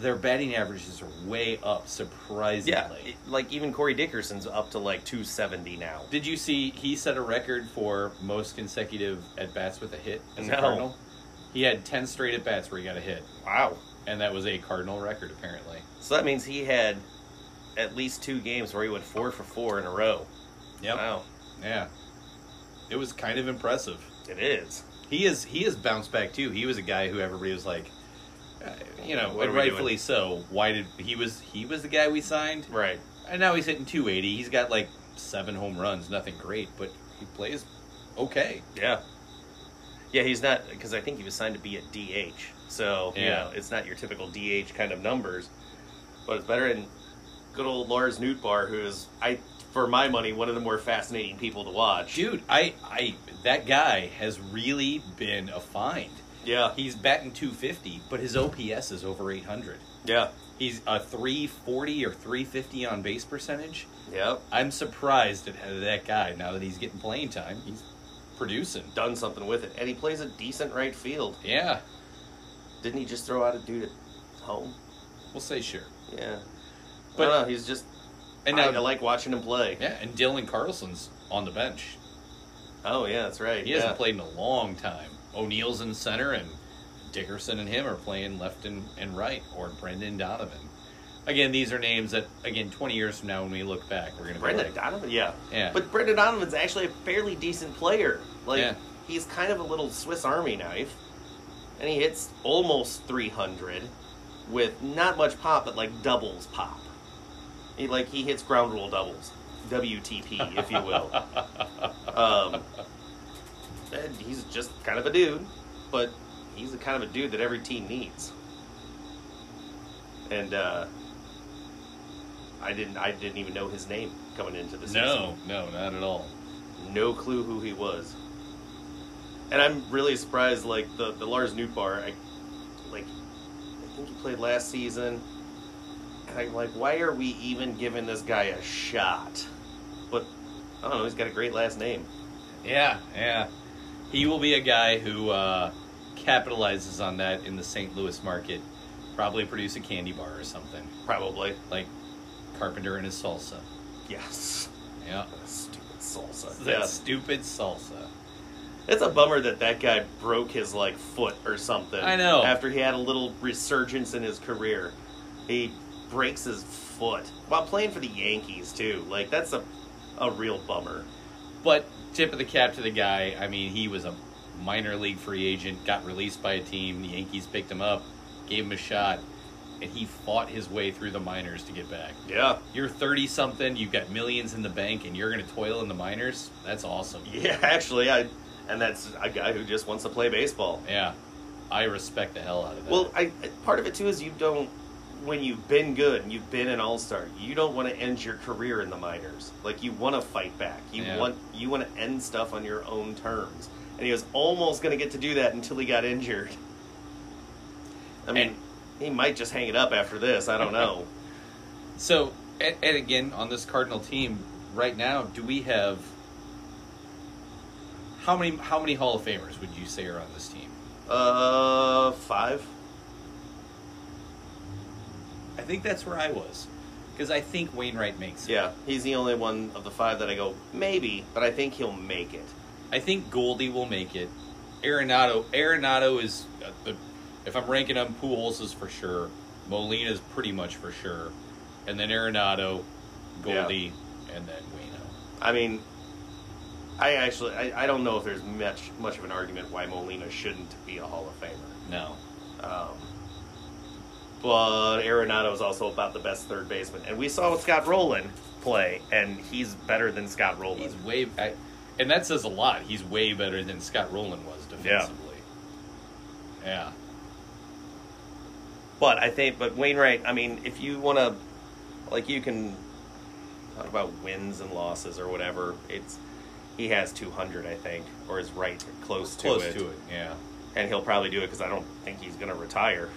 their batting averages are way up, surprisingly. Yeah, it- like even Corey Dickerson's up to like 270 now. Did you see he set a record for most consecutive at bats with a hit as a No. Cardinal? He had 10 straight at bats where he got a hit, Wow. and that was a Cardinal record, apparently. So that means he had at least two games where he went four for four in a row. Wow. Yeah. It was kind of impressive. It is. He is he is bounced back too. He was a guy who everybody was like, uh, you know, What are and we doing? rightfully so. Why did he was he was the guy we signed? Right. And now he's hitting 280. He's got like seven home runs, nothing great, but he plays okay. Yeah. Yeah, he's not because I think he was signed to be a DH. So you Yeah. know, it's not your typical DH kind of numbers, but it's better than good old Lars Newtbar, who is I for my money one of the more fascinating people to watch. Dude, I, I, that guy has really been a find. Uh, Yeah. He's batting 250, but his OPS is over 800. Yeah. He's a 340 or 350 on base percentage. Yeah. I'm surprised at that guy now that he's getting playing time. He's producing. Done something with it, and he plays a decent right field. Yeah, Didn't he just throw out a dude at home? we'll say sure. Yeah. But- But no, he's just. And And now, I, I like watching him play. yeah, and Dylan Carlson's on the bench. Oh yeah, that's right. He yeah. hasn't played in a long time. O'Neill's in center, and Dickerson and him are playing left and, and right, or Brendan Donovan. Again, these are names that, again, 20 years from now, when we look back, we're going to be Brendan like, Donovan. Yeah. Yeah. But Brendan Donovan's actually a fairly decent player. Like Yeah. he's kind of a little Swiss Army knife, and he hits almost 300 with not much pop, but like doubles pop. He like he hits ground rule doubles, WTP, if you will. um, and he's just kind of a dude, but he's the kind of a dude that every team needs. And uh, I didn't I didn't even know his name coming into the season. no, no, not at all. No clue who he was. And I'm really surprised, like, the, the Lars Newtbar, I, like, I think he played last season. And I'm like, why are we even giving this guy a shot? But, I don't know, he's got a great last name. Yeah, yeah. He will be a guy who uh, capitalizes on that in the St. Louis market, probably produce a candy bar or something. Probably. Like, Carpenter and his salsa. Yes. Yeah. Stupid salsa. That Yes. stupid salsa. It's a bummer that that guy broke his like foot or something. I know. After he had a little resurgence in his career, he breaks his foot while playing for the Yankees too. Like that's a a real bummer. But tip of the cap to the guy. I mean, he was a minor league free agent, got released by a team. The Yankees picked him up, gave him a shot, and he fought his way through the minors to get back. Yeah. You're 30 something, you've got millions in the bank, and you're going to toil in the minors? That's awesome. Yeah. Actually, I and that's a guy who just wants to play baseball. Yeah. I respect the hell out of that. Well, I part of it too is you don't when you've been good and you've been an all star, you don't want to end your career in the minors. Like you want to fight back. You Yeah. want you want to end stuff on your own terms. And he was almost going to get to do that until he got injured. I mean, And- he might just hang it up after this. I don't know. So, and, and again, on this Cardinal team right now, do we have how many how many Hall of Famers would you say are on this team? uh, five. I think that's where I was because I think Wainwright makes it. Yeah, he's the only one of the five that I go maybe, but I think he'll make it. I think Goldie will make it. Arenado Arenado is uh, the, if I'm ranking them, Pujols is for sure. Molina's pretty much for sure, and then Arenado, Yeah. Goldie, and then Wayno. I mean, I actually I, I don't know if there's much much of an argument why Molina shouldn't be a Hall of Famer. No, Um, but Arenado is also about the best third baseman, and we saw Scott Rowland play, and he's better than Scott Rowland. He's way, I, and that says a lot. He's way better than Scott Rowland was defensively. Yeah. But I think, but Wainwright, I mean, if you want to, like, you can talk about wins and losses or whatever. It's he has 200, I think, or is right close to close it. to it. Yeah. and he'll probably do it because I don't think he's going to retire.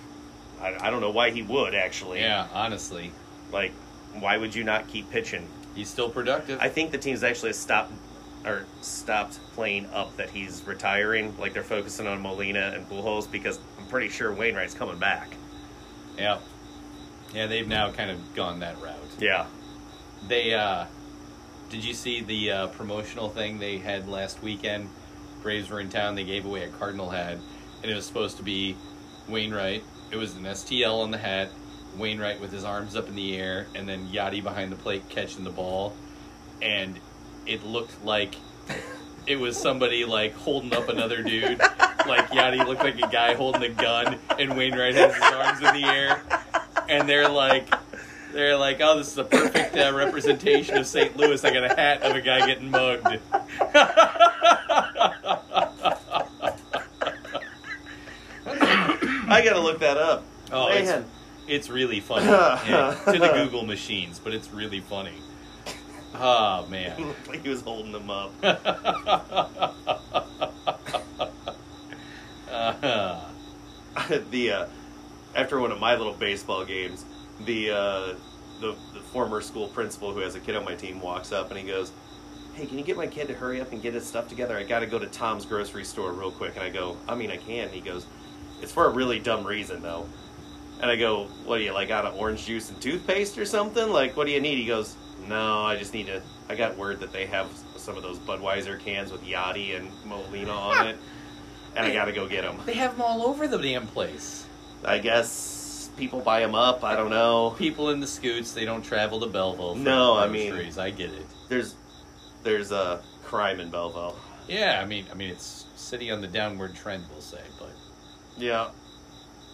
I, I don't know why he would actually. Yeah. Honestly, Like, why would you not keep pitching? he's still productive. I think the team's actually stopped or stopped playing up that he's retiring. Like they're focusing on Molina and Pujols because I'm pretty sure Wainwright's coming back. yeah. Yeah, they've now kind of gone that route. Yeah. They, uh, did you see the uh, promotional thing they had last weekend? Braves were in town. They gave away a Cardinal hat, and it was supposed to be Wainwright. It was an STL on the hat, Wainwright with his arms up in the air, and then Yachty behind the plate catching the ball. And it looked like it was somebody like holding up another dude. Like Yachty looked like a guy holding a gun, and Wainwright has his arms in the air. And they're like, they're like, oh, this is a perfect uh, representation of St. Louis. I got a hat of a guy getting mugged. I got to look that up. Oh, it's, Man. it's really funny. Yeah, it's in the Google machines, but it's really funny. Oh, It man. looked like he was holding them up. Uh, the uh, after one of my little baseball games, the uh, the the former school principal who has a kid on my team walks up and he goes, "Hey, can you get my kid to hurry up and get his stuff together? I got to go to Tom's grocery store real quick." And I go, "I mean, I can." And he goes, "It's for a really dumb reason though." And I go, "What do you like out of orange juice and toothpaste or something? Like, what do you need?" He goes, "No, I just need to." I got word that they have some of those Budweiser cans with Yachty and Molina on it, and I got to go get them. they have them all over the damn place. I guess people buy them up. I don't know. People in the scoots, they don't travel to Belleville. For No, I mean- groceries. I get it. There's there's a crime in Belleville. Yeah, I mean, I mean, it's city on the downward trend, we'll say, but Yeah,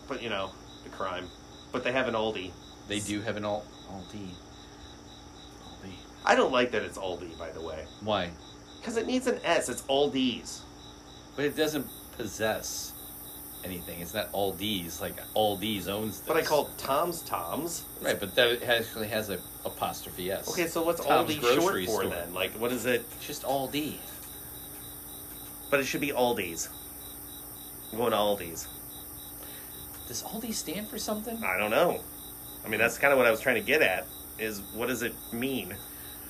but you know the crime. But they have an Aldi. they do have an all Aldi. Aldi. I don't like that it's Aldi, by the way, Why? because it needs an S. It's Aldi's. But it doesn't possess anything. It's not all D's. Like all D's owns this. But I call it Tom's Tom's. right, but that actually has a apostrophe s. Okay, so what's Tom's Aldi short grocery for store. then? Like, what is it? It's just all D. But it should be Aldi's. I'm going to Aldi's. Does all D stand for something? I don't know. I mean, that's kind of what I was trying to get at. Is what does it mean?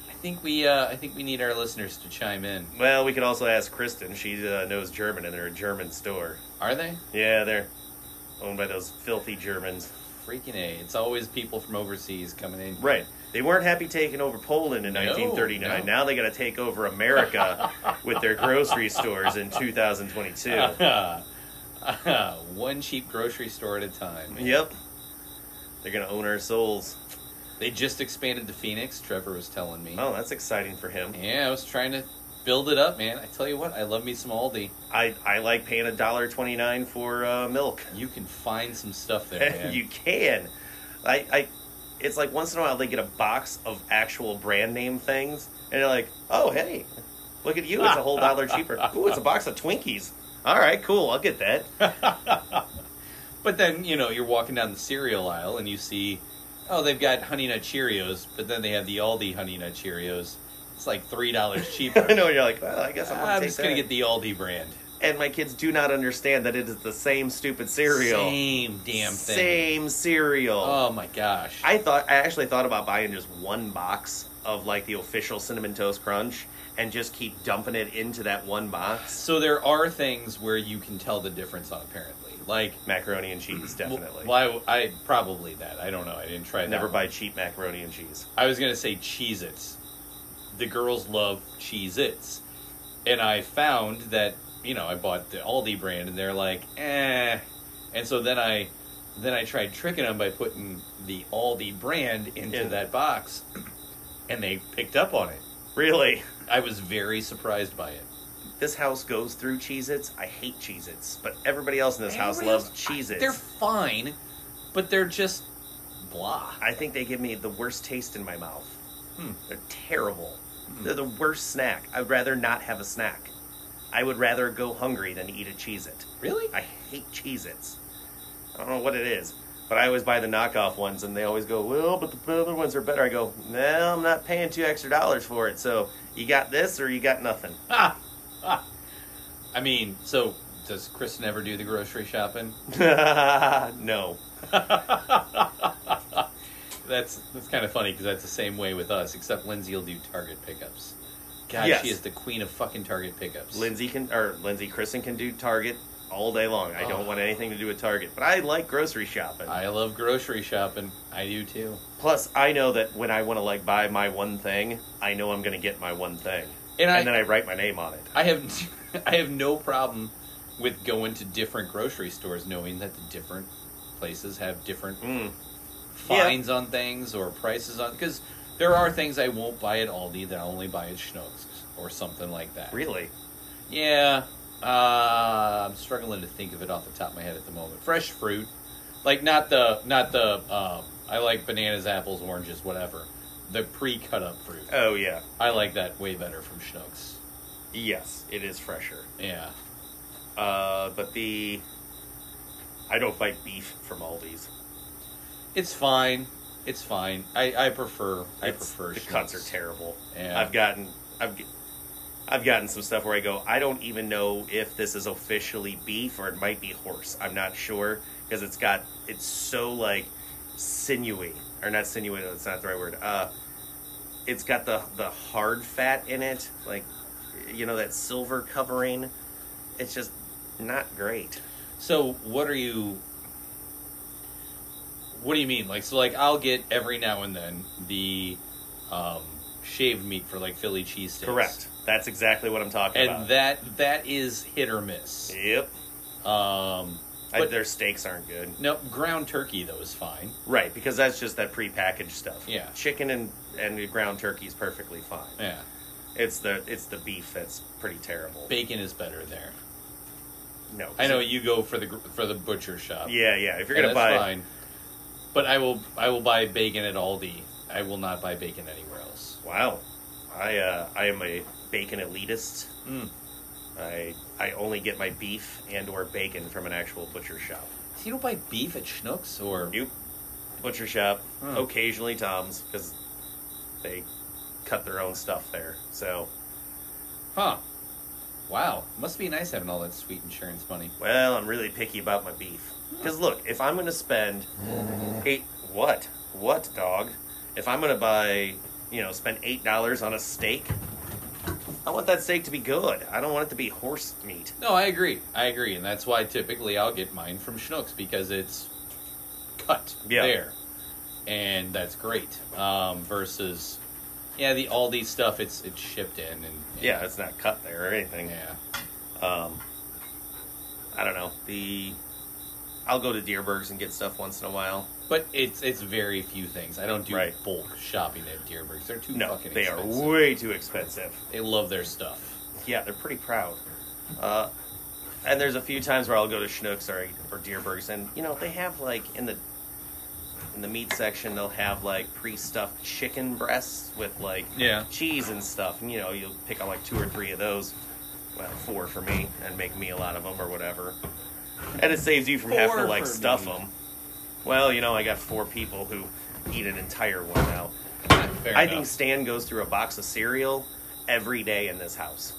I think we uh, I think we need our listeners to chime in. Well, we could also ask Kristen. She uh, knows German, and they're a German store. Are they? Yeah, they're owned by those filthy Germans. Freaking A. It's always people from overseas coming in Right. They weren't happy taking over Poland in No, 1939. no. Now they got to take over America with their grocery stores in 2022. One cheap grocery store at a time. Yep. They're going to own our souls. They just expanded to Phoenix, Trevor was telling me. Oh, that's exciting for him. Yeah, I was trying to build it up, man. I tell you what, I love me some Aldi. I, I like paying a dollar twenty nine for uh, milk. You can find some stuff there, man. you can. I, I it's like once in a while they get a box of actual brand name things and you're like, Oh hey, look at you, it's a whole dollar cheaper. Ooh, it's a box of Twinkies. Alright, cool, I'll get that. But then, you know, you're walking down the cereal aisle and you see, oh, they've got Honey Nut Cheerios, but then they have the Aldi Honey Nut Cheerios. It's like $3 cheaper. Ah, I know you're like, well, I guess I'm gonna I'm take just going that. to get the Aldi brand. and my kids do not understand that it is the same stupid cereal. Same damn thing. Same cereal. Oh my gosh. I thought I actually thought about buying just one box of like the official cinnamon toast crunch and just keep dumping it into that one box. so there are things where you can tell the difference on apparently. Like Macaroni and cheese, w- definitely. why w- I probably that. I don't know. I didn't try that. Never one. buy cheap macaroni and cheese. I was gonna say Cheez Its. The girls love Cheez Its. And I found that, you know, I bought the Aldi brand and they're like, eh. And so then I then I tried tricking them by putting the Aldi brand into Yeah. that box and they picked up on it. Really? I was very surprised by it. This house goes through Cheez Its. I hate Cheez Its, but everybody else in this house Everybody loves else- Cheez They're Its. fine, but they're just blah. I think they give me the worst taste in my mouth. Hmm. They're terrible. They're the worst snack. I'd rather not have a snack. I would rather go hungry than eat a Cheez It. Really? I hate Cheez Its. I don't know what it is. But I always buy the knockoff ones, and they always go, well, but the other ones are better. I go, no, I'm not paying two extra dollars for it. So you got this or you got nothing. Ah, ah. I mean, so does Chris never do the grocery shopping? no. That's that's kind of funny because that's the same way with us, except Lindsay will do Target pickups. God, Yes. she is the queen of fucking Target pickups. Lindsay can, or Lindsay Kristen can do Target all day long. I Oh. don't want anything to do with Target, but I like grocery shopping. I love grocery shopping. I do too. Plus, I know that when I want to like buy my one thing, I know I'm going to get my one thing, And I- and then I write my name on it. I have I have no problem with going to different grocery stores, knowing that the different places have different Mm. fines on things or prices on because there are things I won't buy at Aldi that I only buy at Schnucks or something like that. Really? Yeah, uh, I'm struggling to think of it off the top of my head at the moment. Fresh fruit, like not the not the um, I like bananas, apples, oranges, whatever. The pre-cut up fruit, Oh yeah. I like that way better from Schnucks. Yes, it is fresher. Yeah, Uh, but the I don't buy beef from Aldi's. it's fine. It's fine. I, I prefer I It's- prefer the Schnucks. cuts are terrible. Yeah. I've gotten I've g- I've gotten some stuff where I go, I don't even know if this is officially beef or it might be horse. I'm not sure because it's got it's so like sinewy or not sinewy. That's not the right word. Uh, it's got the the hard fat in it, like you know that silver covering. It's just not great. So what are you? What do you mean? Like so? Like I'll get every now and then the um, shaved meat for like Philly cheesesteaks. Correct. That's exactly what I'm talking and about. that that is hit or miss. yep. Um, I- but their steaks aren't good. no, ground turkey though is fine. Right, because that's just that prepackaged stuff. Yeah. chicken and and ground turkey is perfectly fine. Yeah, It's the it's the beef that's pretty terrible. bacon is better there. no, I know you go for the gr- for the butcher shop. Yeah, yeah. If you're and gonna that's buy, fine. But I will I will buy bacon at Aldi. I will not buy bacon anywhere else. wow, I uh, I am a bacon elitist. Mm. I I only get my beef and or bacon from an actual butcher shop. So you don't buy beef at Schnucks or Nope, butcher shop. Hmm. Occasionally Tom's because they cut their own stuff there. So huh? Wow, must be nice having all that sweet insurance money. Well, I'm really picky about my beef. Because look, if I'm going to spend eight, what, what dog? If I'm going to buy, you know, spend eight dollars on a steak, I want that steak to be good. I don't want it to be horse meat. No, I agree. I agree, and that's why typically I'll get mine from Schnucks because it's cut Yeah. there. and that's great. Um, versus, yeah, the Aldi stuff it's it's shipped in and, and Yeah, it's not cut there or anything. yeah, Um, I don't know. The I'll go to Deerbergs and get stuff once in a while. but it's it's very few things. I don't do Right. bulk shopping at Deerbergs. They're too No, fucking they are expensive. way too expensive. they love their stuff. Yeah, they're pretty proud. Uh, and there's a few times where I'll go to Schnucks or, or Deerbergs, and you know they have like in the in the meat section they'll have like pre-stuffed chicken breasts with like Yeah. cheese and stuff. And you know you'll pick up like two or three of those, well four for me, and make me a lot of them or whatever. And it saves you from having Four to like for stuff me. them. Well, you know I got four people who eat an entire one now. Fair I enough. think Stan goes through a box of cereal every day in this house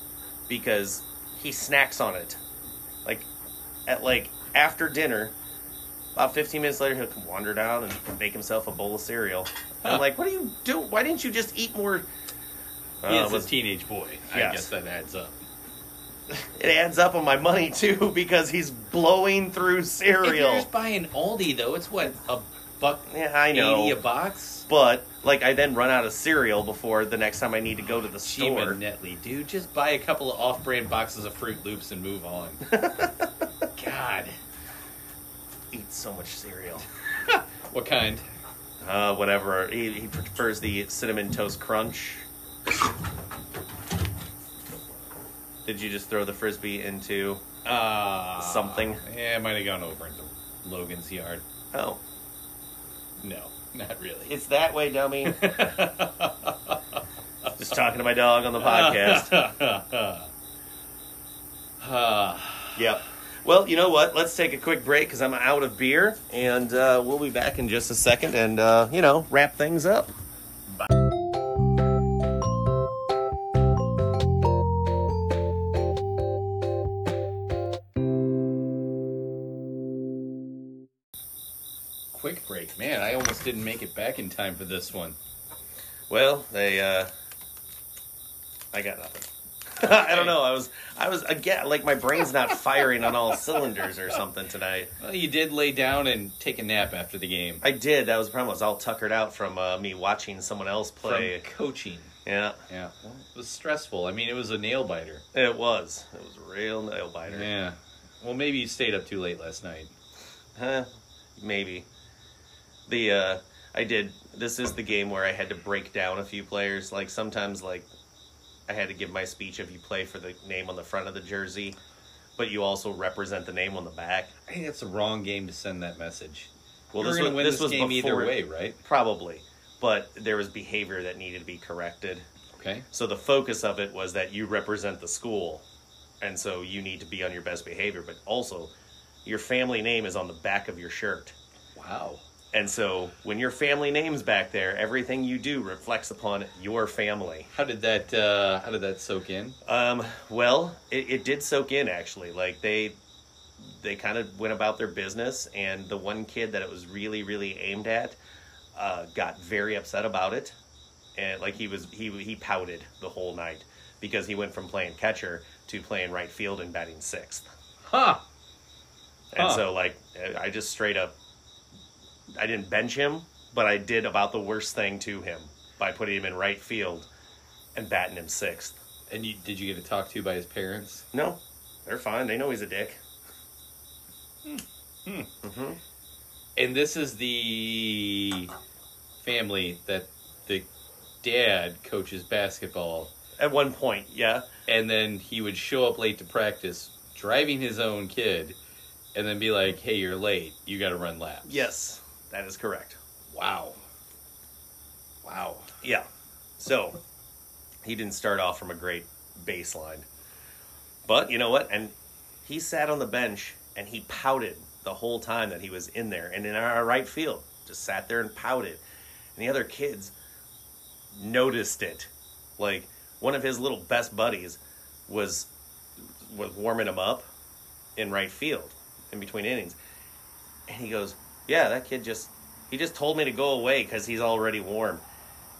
because he snacks on it. Like at like after dinner, about 15 minutes later, he'll come wander down and make himself a bowl of cereal. I'm Huh. like, what do you do? Why didn't you just eat more? He Uh, is a was- teenage boy. I Yes. guess that adds up. it adds up on my money too because he's blowing through If you're cereal. just buying Aldi though, it's what a buck Yeah, I eighty a know. box. But like, I then run out of cereal before the next time I need to go to the Sheba store. Netley, dude, just buy a couple of off-brand boxes of Fruit Loops and move on. God, Eat so much cereal. what kind? Uh, whatever. He, he prefers the cinnamon toast crunch. Did you just throw the frisbee into? Uh, Something. Yeah, it might have gone over into Logan's yard. Oh, No, not really. it's that way, dummy. just talking to my dog on the podcast. Ah, yep. Well, you know what? Let's take a quick break because I'm out of beer, and uh, we'll be back in just a second, and uh, you know, wrap things up. quick break, man. I almost didn't make it back in time for this one. Well, they. Uh, I got nothing. I don't know. I was, I was again like my brain's not firing on all cylinders or something tonight. Well, you did lay down and take a nap after the game I did. That was the problem. I was all tuckered out from uh, me watching someone else play. from coaching. Yeah, Yeah, well, it was stressful. I mean, it was a nail biter. it was. It was a real nail biter. Yeah. Well, maybe you stayed up too late last night. Huh? Maybe. The uh, I did. This is the game where I had to break down a few players. Like sometimes, like I had to give my speech if you play for the name on the front of the jersey, but you also represent the name on the back. I think that's the wrong game to send that message. Well, You're this going was- to win this this, was game either before- way, right? Probably, but there was behavior that needed to be corrected. Okay. So the focus of it was that you represent the school, and so you need to be on your best behavior. But also, your family name is on the back of your shirt, Wow. and so when your family name's back there, everything you do reflects upon your family. How did that? Uh, how did that soak in? Um, well, it, it did soak in actually. Like they, they kind of went about their business, and the one kid that it was really, really aimed at, uh, got very upset about it, and like he was he he pouted the whole night because he went from playing catcher to playing right field and batting sixth, Huh. and Huh. so like uh, I just straight up, I didn't bench him, but I did about the worst thing to him by putting him in right field, and batting him sixth. And you did you get to talk to by his parents? No, they're fine. They know he's a dick. And this is the family that the dad coaches basketball, At one point, yeah. and then he would show up late to practice, driving his own kid, and then be like, "Hey, you're late. You got to run laps." Yes, that is correct. Wow. Wow. Yeah. So he didn't start off from a great baseline. But you know what? And he sat on the bench and he pouted the whole time that he was in there and in our right field. Just sat there and pouted. And the other kids noticed it. Like one of his little best buddies was was warming him up in right field in between innings. And he goes, "Yeah, that kid just he just told me to go away cuz he's already warm."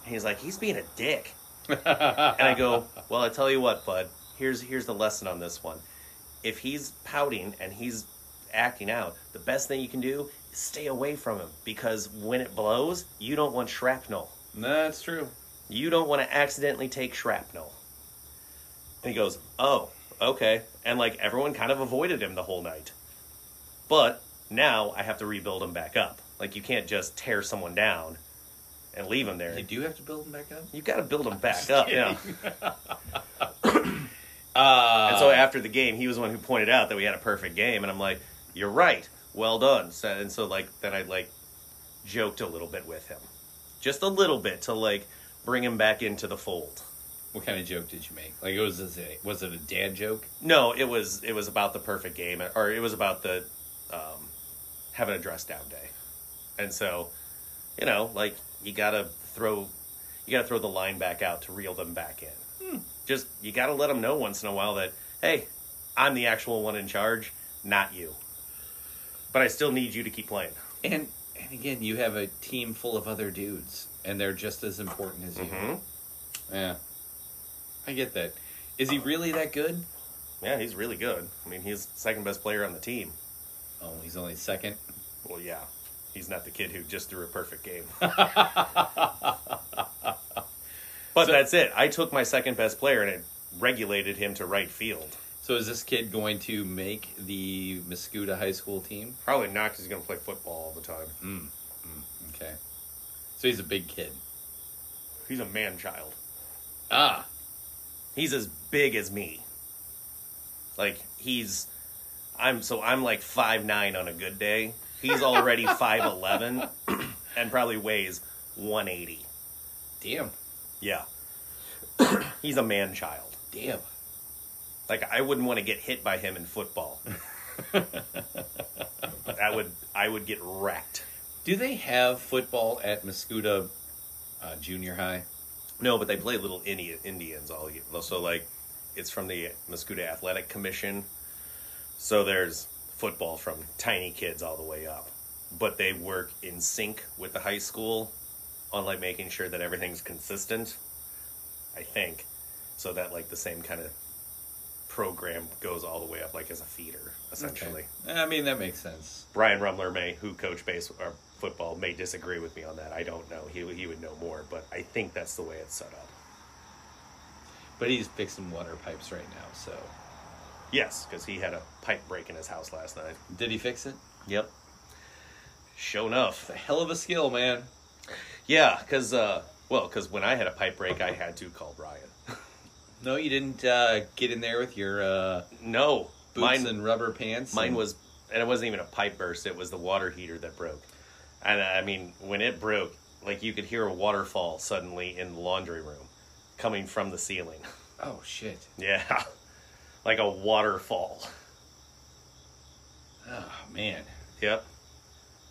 And he's like, he's being a dick. And I go, well, I tell you what, bud. Here's here's the lesson on this one. If he's pouting and he's acting out, the best thing you can do stay away from him because when it blows, you don't want shrapnel. No, that's true. You don't want to accidentally take shrapnel. And he goes, Oh, okay. And like everyone kind of avoided him the whole night. But now I have to rebuild him back up. Like you can't just tear someone down and leave him there. You do have to build them back up. You got to build him back up. Yeah. Uh, And so after the game, he was the one who pointed out that we had a perfect game, and I'm like, "You're right, well done." So, and so like then I like joked a little bit with him, just a little bit to like bring him back into the fold. what kind of joke did you make? Like, it was this a, was it a dad joke? No, it was it was about the perfect game, or it was about the um, having a dress down day, and so you know like you gotta throw you gotta throw the line back out to reel them back in. Just you gotta let them know once in a while that hey, I'm the actual one in charge, not you. But I still need you to keep playing. And and again, you have a team full of other dudes, and they're just as important as you. Mhm. Yeah, I get that. Is he really that good? Yeah, he's really good. I mean, he's second best player on the team. Oh, he's only second. Well, yeah, he's not the kid who just threw a perfect game. but that's it. I took my second best player and it regulated him to right field. So is this kid going to make the Mascuda High School team? Probably not because he's going to play football all the time. Mm. mm. Okay. So he's a big kid. He's a man child. Ah. He's as big as me. Like he's, I'm so I'm like five nine on a good day. He's already five eleven, and probably weighs one eighty. Damn. Yeah, he's a man child. Damn. Like I wouldn't want to get hit by him in football. that would I would get wrecked. Do they have football at Mascuda uh, Junior High? No, but they play little Indian Indians all year. So like, it's from the Muscuda Athletic Commission. So there's football from tiny kids all the way up, but they work in sync with the high school on like making sure that everything's consistent. I think, so that like the same kind of program goes all the way up, like as a feeder essentially. Okay. I mean, that makes sense. Brian Rumler may, who coached base or football, may disagree with me on that. I don't know. He he would know more, but I think that's the way it's set up. But he's fixing water pipes right now, so. Yes, because he had a pipe break in his house last night. Did he fix it? Yep. Sure enough. It's a hell of a skill, man. Yeah, because uh, well, because when I had a pipe break, I had to call Brian. No, you didn't uh, get in there with your uh, No, boots mine and rubber pants. mine and- was, and it wasn't even a pipe burst. It was the water heater that broke. And uh, I mean, when it broke, like you could hear a waterfall suddenly in the laundry room, coming from the ceiling. Oh, shit. Yeah. Like a waterfall. Oh, man. Yep.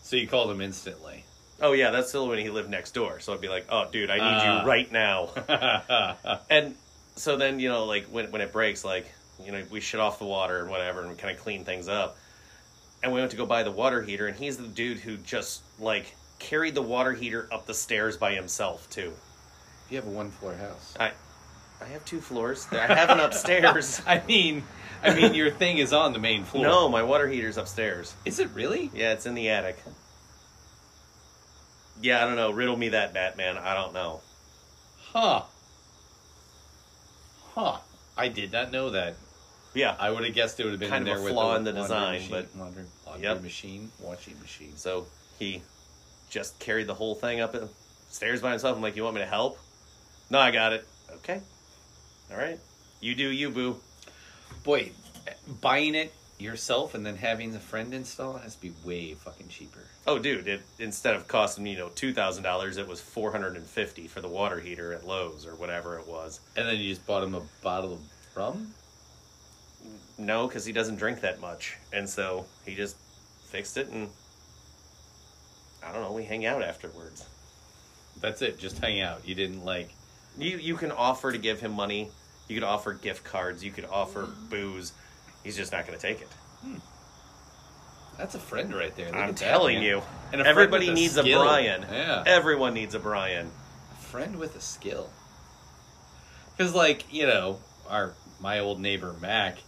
So you called him instantly. Oh yeah, that's still when he lived next door. So I'd be like, "Oh, dude, I need Ah. you right now." yeah. and so then you know, like when when it breaks, like you know, we shut off the water and whatever, and kind of clean things up. And we went to go buy the water heater, and he's the dude who just like carried the water heater up the stairs by himself too. You have a one floor house. I I have two floors. I have an upstairs. I mean, I mean, your thing is on the main floor. no, my water heater's upstairs. Is it really? Yeah, it's in the attic. Yeah, I don't know. Riddle me that, Batman. I don't know. Huh. Huh. I did not know that. Yeah. I would have guessed it would have been Kind in of there a with flaw the in the laundry design, machine, but- laundry, laundry Yep. machine, washing machine. So he just carried the whole thing up the stairs by himself. I'm like, you want me to help? No, I got it. Okay. All right. You do you, boo. Boy, buying it yourself and then having the friend install it has to be way fucking cheaper. Oh, dude, it, instead of costing, you know, $2,000, it was 450 for the water heater at Lowe's or whatever it was. And then you just bought him a bottle of rum. No, because he doesn't drink that much. And so he just fixed it and I don't know, we hang out afterwards. That's it. Just hang out. You didn't like. You you can offer to give him money. You could offer gift cards. You could offer booze. He's just not going to take it. That's a friend right there. Look I'm at that, telling man. you. And a friend everybody with a needs skill. a Brian. Yeah. Everyone needs a Brian. friend with a skill. Because, like, you know, our my old neighbor Mac,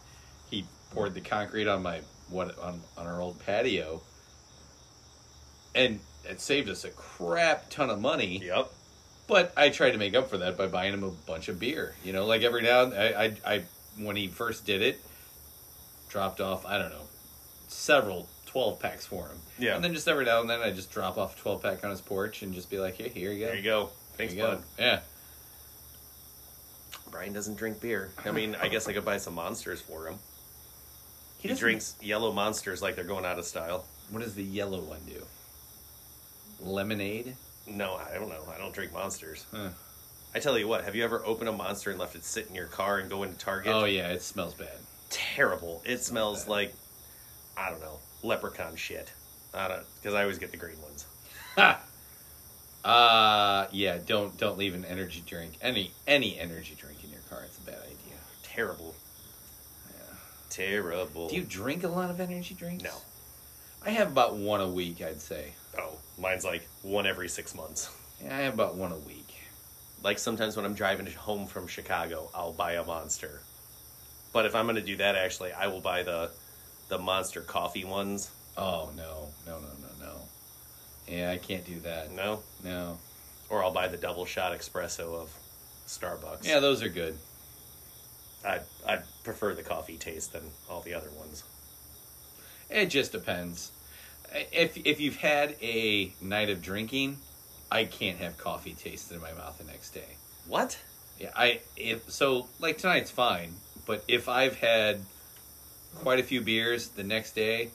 he poured the concrete on my what on on our old patio, and it saved us a crap ton of money. Yep. But I tried to make up for that by buying him a bunch of beer. You know, like every now and I, I, I when he first did it, dropped off I don't know several twelve packs for him. Yeah. And then just every now and then I just drop off a twelve pack on his porch and just be like, here, here you go. There you go. Here Thanks, you go. bud. Yeah. Brian doesn't drink beer. I mean, I guess I could buy some monsters for him. He, doesn't- drinks yellow monsters like they're going out of style. What does the yellow one do? Lemonade. No, I don't know. I don't drink monsters. Huh. I tell you what, have you ever opened a monster and left it sit in your car and go into Target? Oh yeah, it smells bad. terrible. It smells bad. like I don't know leprechaun shit. I don't because I always get the green ones. Ha. Uh yeah, don't don't leave an energy drink any any energy drink in your car. It's a bad idea. Terrible, Yeah. terrible. Do you drink a lot of energy drinks? No. I have about one a week, I'd say. Oh, mine's like one every six months. Yeah, I have about one a week. Like sometimes when I'm driving home from Chicago, I'll buy a monster. But if I'm gonna do that, actually, I will buy the the monster coffee ones. Oh no, no, no, no, no. Yeah, I can't do that. No, No. or I'll buy the double shot espresso of Starbucks. Yeah, those are good. I I prefer the coffee taste than all the other ones. It just depends. If if you've had a night of drinking, I can't have coffee tasted in my mouth the next day. What? Yeah, I if so like tonight's fine, but if I've had quite a few beers the next day,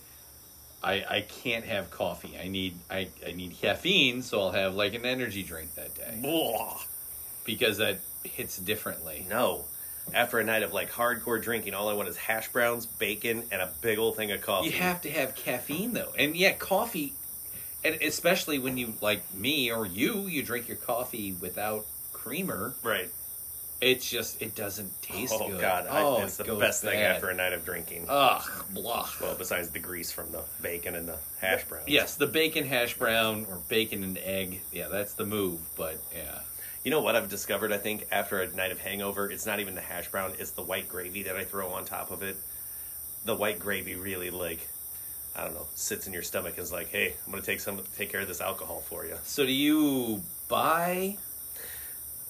I I can't have coffee. I need I, I need caffeine, so I'll have like an energy drink that day Blah. because that hits differently. No. After a night of like hardcore drinking, all I want is hash browns, bacon, and a big old thing of coffee. You have to have caffeine though, and yeah, coffee, and especially when you like me or you, you drink your coffee without creamer. right. It's just it doesn't taste oh good. god, oh, I, it's it the goes best thing bad. Uh, after a night of drinking. Ugh, blah. well, besides the grease from the bacon and the hash browns. Yes, the bacon hash brown or bacon and egg. Yeah, that's the move. But yeah, You know what I've discovered? I think after a night of hangover, it's not even the hash brown; it's the white gravy that I throw on top of it. The white gravy really like, I don't know, sits in your stomach and is like, "Hey, I'm gonna take some, take care of this alcohol for you." so do you buy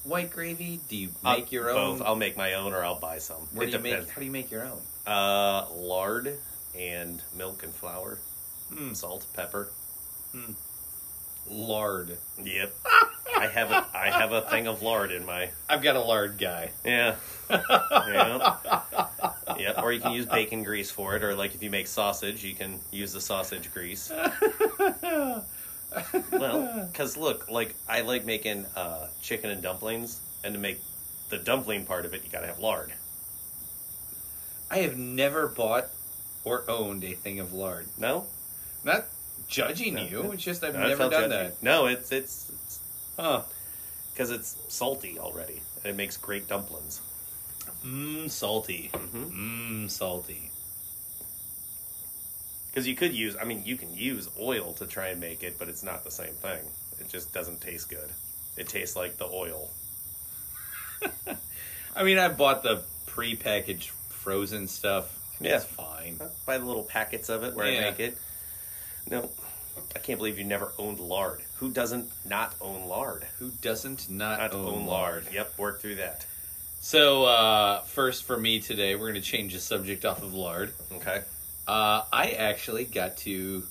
white gravy? Do you make your own? Uh, Both. I'll make my own, or I'll buy some. Where it do you depends. make? How do you make your own? Uh, lard and milk and flour, Hmm. salt, pepper. Lard. Yep. I have a I have a thing of lard in my I've got a lard guy. yeah. yeah. Yep. Or you can use bacon grease for it, or like if you make sausage, you can use the sausage grease. well, because look, like I like making uh, chicken and dumplings, and to make the dumpling part of it, you gotta have lard. I have never bought or owned a thing of lard. No, Not judging No, you. it- It's just I've I never felt done judgy. that. No, it's it's Huh. because it's, salty already. It makes great dumplings. Mmm, salty. Mm-hmm. Mmm, salty. Because you could use, I mean, you can use oil to try and make it, but it's not the same thing. It just doesn't taste good. It tastes like the oil. I mean, I bought the prepackaged frozen stuff. Yeah. It's fine. I buy the little packets of it where Yeah. I make it. No, I can't believe you never owned lard. Who doesn't not own lard? Who doesn't not, Not own, own lard? lard. Yep, work through that. So, uh, first for me today, we're going to change the subject off of lard. Okay. Uh, I actually got to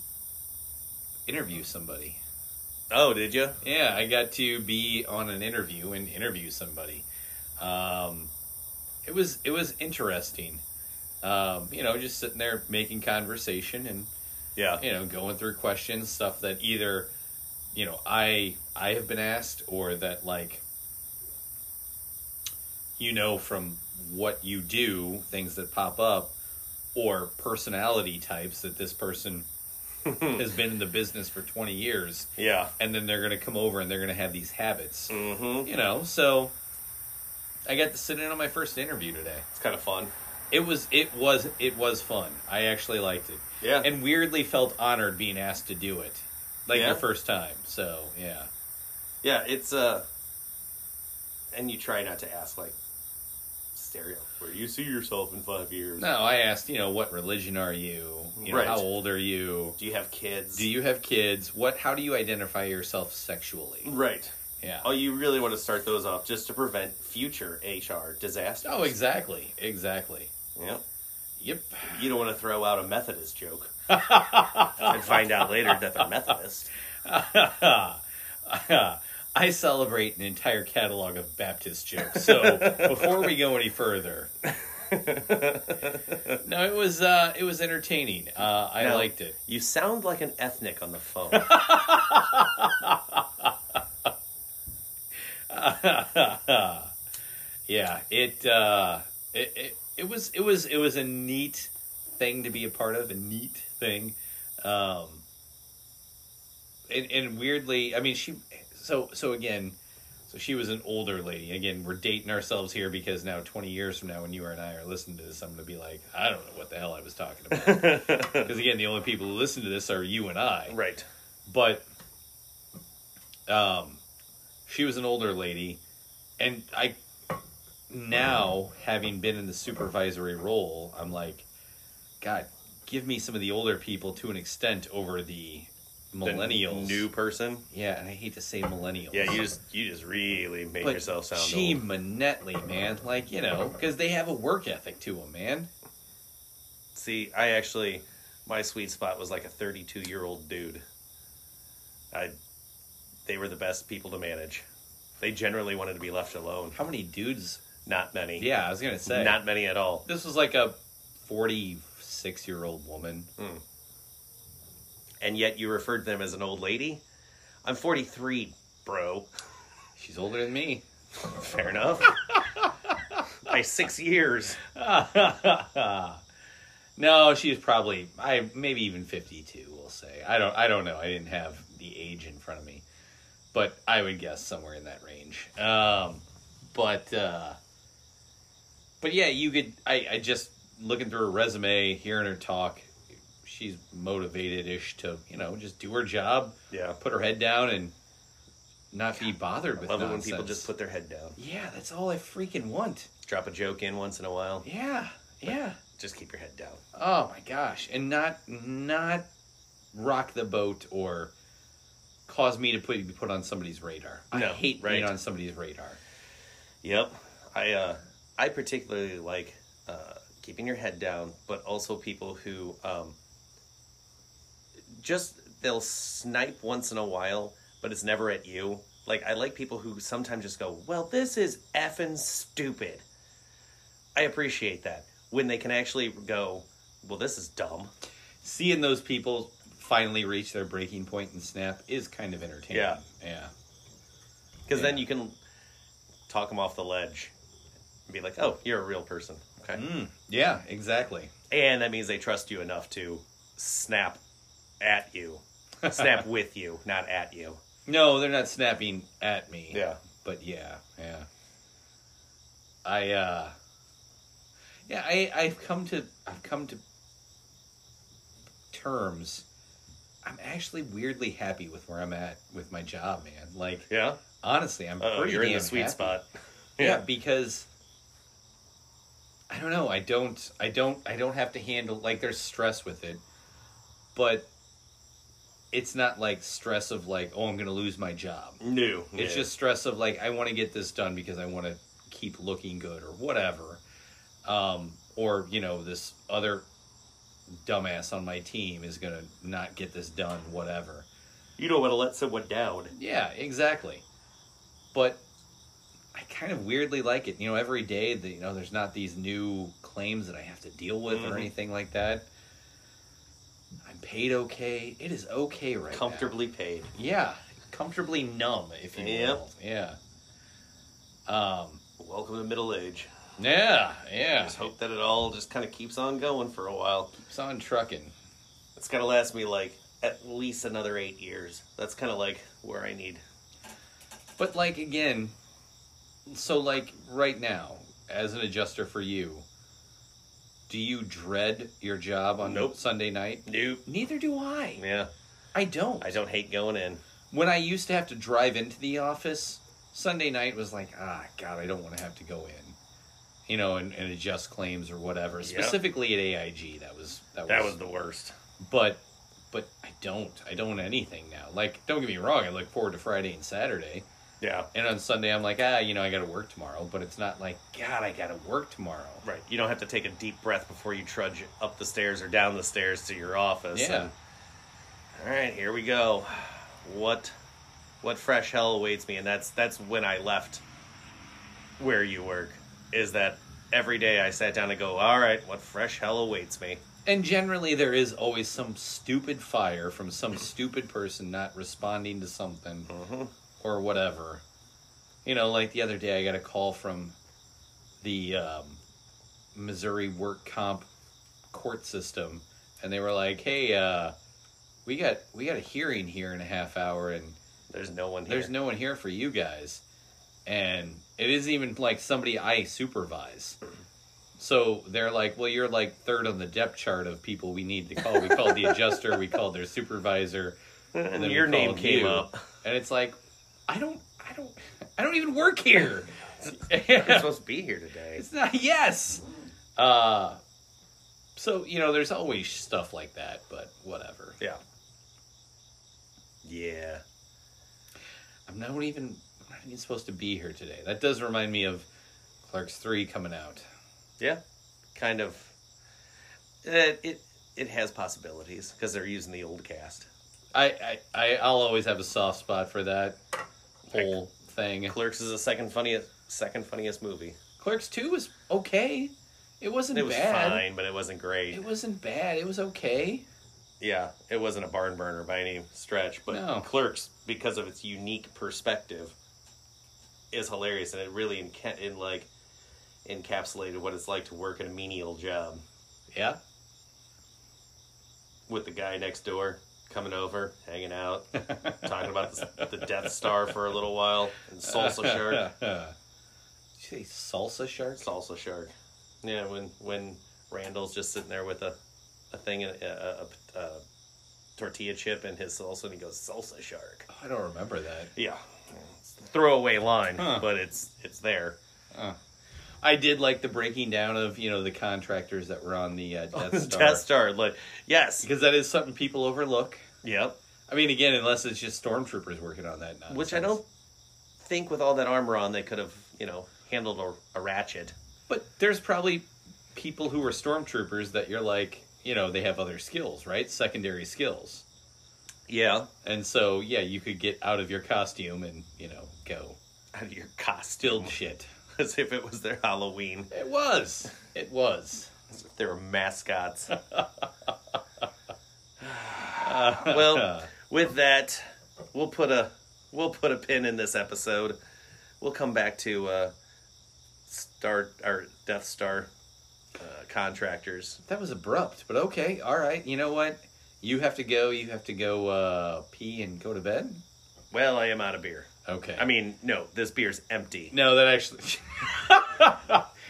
interview somebody. Oh, did you? Yeah, I got to be on an interview and interview somebody. Um, it was it was interesting. Um, you know, just sitting there making conversation and Yeah. you know going through questions, stuff that either you know I I have been asked or that like you know from what you do, things that pop up, or personality types that this person has been in the business for twenty years yeah. and then they're going to come over and they're going to have these habits. Mm-hmm. You know, so I got to sit in on my first interview today. It's kind of fun. It was it was it was fun. I actually liked it. Yeah. And weirdly felt honored being asked to do it. Like Yeah? the first time. So, yeah. Yeah, it's uh and you try not to ask like s- stereo where you see yourself in five years. No, I asked, you know, what religion are you? You know, Right. how old are you? Do you have kids? Do you have kids? What? How do you identify yourself sexually? Right. Yeah. Mm-hmm. Oh, you really want to start those off just to prevent future HR disasters. Oh, exactly, exactly. Yeah. Yep. You don't want to throw out a Methodist joke and find out later that they're Methodist. I celebrate an entire catalog of Baptist jokes. So before we go any further, no, it was uh, it was entertaining. Uh, I Now, liked it. You sound like an ethnic on the phone. yeah, it, uh, it it it was it was it was a neat thing to be a part of, a neat thing. Um, and, and weirdly, I mean, she so so again, so she was an older lady. Again, we're dating ourselves here because now twenty years from now, when you and I are listening to this, I'm gonna be like, I don't know what the hell I was talking about. Because again, the only people who listen to this are you and I right. but um, she was an older lady, and I now having been in the supervisory role, I'm like, God, give me some of the older people to an extent over the The millennials. new person. yeah, and I hate to say millennials. Yeah, you just you just really make but yourself sound Gee, old. Manetley, man, like you know, because they have a work ethic to them, man. See, I actually my sweet spot was like a 32 year old dude. I they were the best people to manage. They generally wanted to be left alone. How many dudes? Not many. Yeah, I was gonna say Not many at all. This was like a forty-six-year-old woman. And yet you referred to them as an old lady? I'm 43, bro. She's older than me. Fair enough. By six years. no, she's probably I maybe even fifty two. We'll say I don't I don't know. I didn't have the age in front of me, but I would guess somewhere in that range. Um, but uh, but yeah, you could. I I just looking through her resume, hearing her talk, she's motivated ish to you know just do her job, Yeah. put her head down, and not be bothered with Love it when nonsense. people just put their head down. yeah, that's all I freaking want. Drop a joke in once in a while. Yeah, yeah. Just keep your head down. Oh my gosh, and not not rock the boat or cause me to put be put on somebody's radar. I No, hate right. being on somebody's radar. Yep. I uh, I particularly like uh, keeping your head down, but also people who um, just they'll snipe once in a while, but it's never at you. Like I like people who sometimes just go, "Well, this is effing stupid." I appreciate that when they can actually go, "Well, this is dumb." Seeing those people finally reach their breaking point and snap is kind of entertaining. Yeah. yeah. Because then Yeah. you can talk them off the ledge and be like, "Oh, you're a real person." Okay. Mm, yeah, exactly. And that means they trust you enough to snap at you. snap with you, not at you. No, they're not snapping at me. Yeah. But yeah, yeah. I uh Yeah, I I've come to I've come to terms. I'm actually weirdly happy with where I'm at with my job, man. Like Yeah? honestly, I'm Oh, pretty you're in damn the sweet happy. spot. Yeah. because I don't know. I don't. I don't. I don't have to handle like there's stress with it, but it's not like stress of like oh I'm gonna lose my job. New. It's just stress of like I want to get this done because I want to keep looking good or whatever, um, or you know this other dumbass on my team is gonna not get this done, whatever. You don't want to let someone down. Yeah, exactly. But I kind of weirdly like it. You know, every day, the, you know, there's not these new claims that I have to deal with Mhm. or anything like that. I'm paid okay. It is okay right now. Comfortably paid. Yeah, comfortably numb, if you Yep. will. Yeah. Um. Welcome to middle age. Yeah. Yeah. Just hope that it all just kind of keeps on going for a while. Keeps on trucking. It's got to last me like at least another eight years. That's kind of like where I need. But like again, so like right now, as an adjuster for you, do you dread your job on Nope. Sunday night? New. Neither do I. Yeah. I don't. I don't hate going in. When I used to have to drive into the office, Sunday night was like, ah, God, I don't want to have to go in. you know, and, and adjust claims or whatever. Yep. Specifically at AIG, that was that was, That was the worst. but but I don't I don't anything now. Like don't get me wrong, I look forward to Friday and Saturday, Yeah. and on Sunday I'm like ah you know I got to work tomorrow, but it's not like God I got to work tomorrow. Right. You don't have to take a deep breath before you trudge up the stairs or down the stairs to your office. Yeah. And- all right, here we go. What what fresh hell awaits me? And that's that's when I left where you work. Is that every day I sat down and go, All right, what fresh hell awaits me? And generally, there is always some stupid fire from some stupid person not responding to something Mhm. or whatever. You know, like the other day, I got a call from the um, Missouri Work Comp court system, and they were like, "Hey, uh, we got we got a hearing here in a half hour, and There's no one here. there's no one here for you guys and it isn't even like somebody i supervise so they're like well you're like third on the depth chart of people we need to call we called the adjuster we called their supervisor and then your we name called came you. up. and it's like i don't i don't i don't even work here You're supposed to be here today. it's not yes uh so you know there's always stuff like that but whatever Yeah. Yeah. I'm not even I'm not even supposed to be here today. That does remind me of Clark's Three coming out. Yeah, kind of. It it, it has possibilities because they're using the old cast. I, I I I'll always have a soft spot for that whole thing. Clerks is the second funniest second funniest movie. Clerks Two was okay. It wasn't It was bad. fine, but it wasn't great. It wasn't bad. It was okay. yeah, it wasn't a barn burner by any stretch. But No. Clerks, because of its unique perspective, is hilarious, and it really enca- in like encapsulated what it's like to work at a menial job Yeah. with the guy next door coming over, hanging out, talking about the, the Death Star for a little while, and Salsa Shark. Did you say salsa shark? salsa shark. Yeah, when when Randall's just sitting there with a a thing and a, a, a, a tortilla chip and his salsa, and he goes salsa shark. Oh, I don't remember that. Yeah, it's a throwaway line, Huh. but it's it's there. I did like the breaking down of you know the contractors that were on the uh, Death Star Death Star, like yes, because that is something people overlook. yep. I mean, again, unless it's just stormtroopers working on that. Nonsense. Which I don't think with all that armor on they could have you know handled a, a ratchet. But there's probably people who are stormtroopers that you're like, you know, they have other skills, right? Secondary skills. Yeah, And so, yeah, you could get out of your costume and, you know, go out of your still costume, shit. as if it was their Halloween. It was. It was. As if they were mascots. Uh, well, with that, we'll put a we'll put a pin in this episode. We'll come back to uh, Star or Death Star uh, contractors. that was abrupt, but okay. All right. You know what? You have to go. You have to go uh, pee and go to bed. Well, I am out of beer. Okay. I mean, no, this beer's empty. No, that actually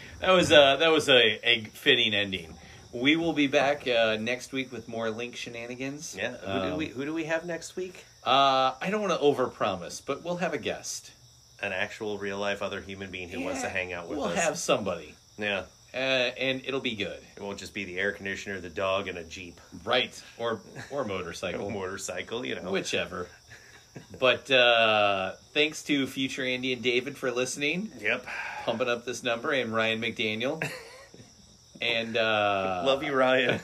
that was a that was a, a fitting ending. We will be back uh, next week with more link shenanigans. Yeah. Who do Um, we who do we have next week? uh, I don't want to overpromise, but we'll have a guest. An actual real life other human being who wants to Yeah, hang out with We'll us. have somebody, Yeah. uh, and it'll be good. It won't just be the air conditioner, the dog, and a jeep, Right, or or a motorcycle, motorcycle. You know. whichever. but uh, thanks to future Andy and David for listening, Yep. pumping up this number, and Ryan McDaniel. And uh, Love you, Ryan.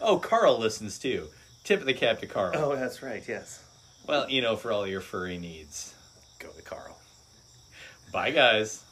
Oh, Carl listens too. Tip of the cap to Carl. oh, that's right. Yes. Well, you know, for all your furry needs. Go to Carl. Bye, guys.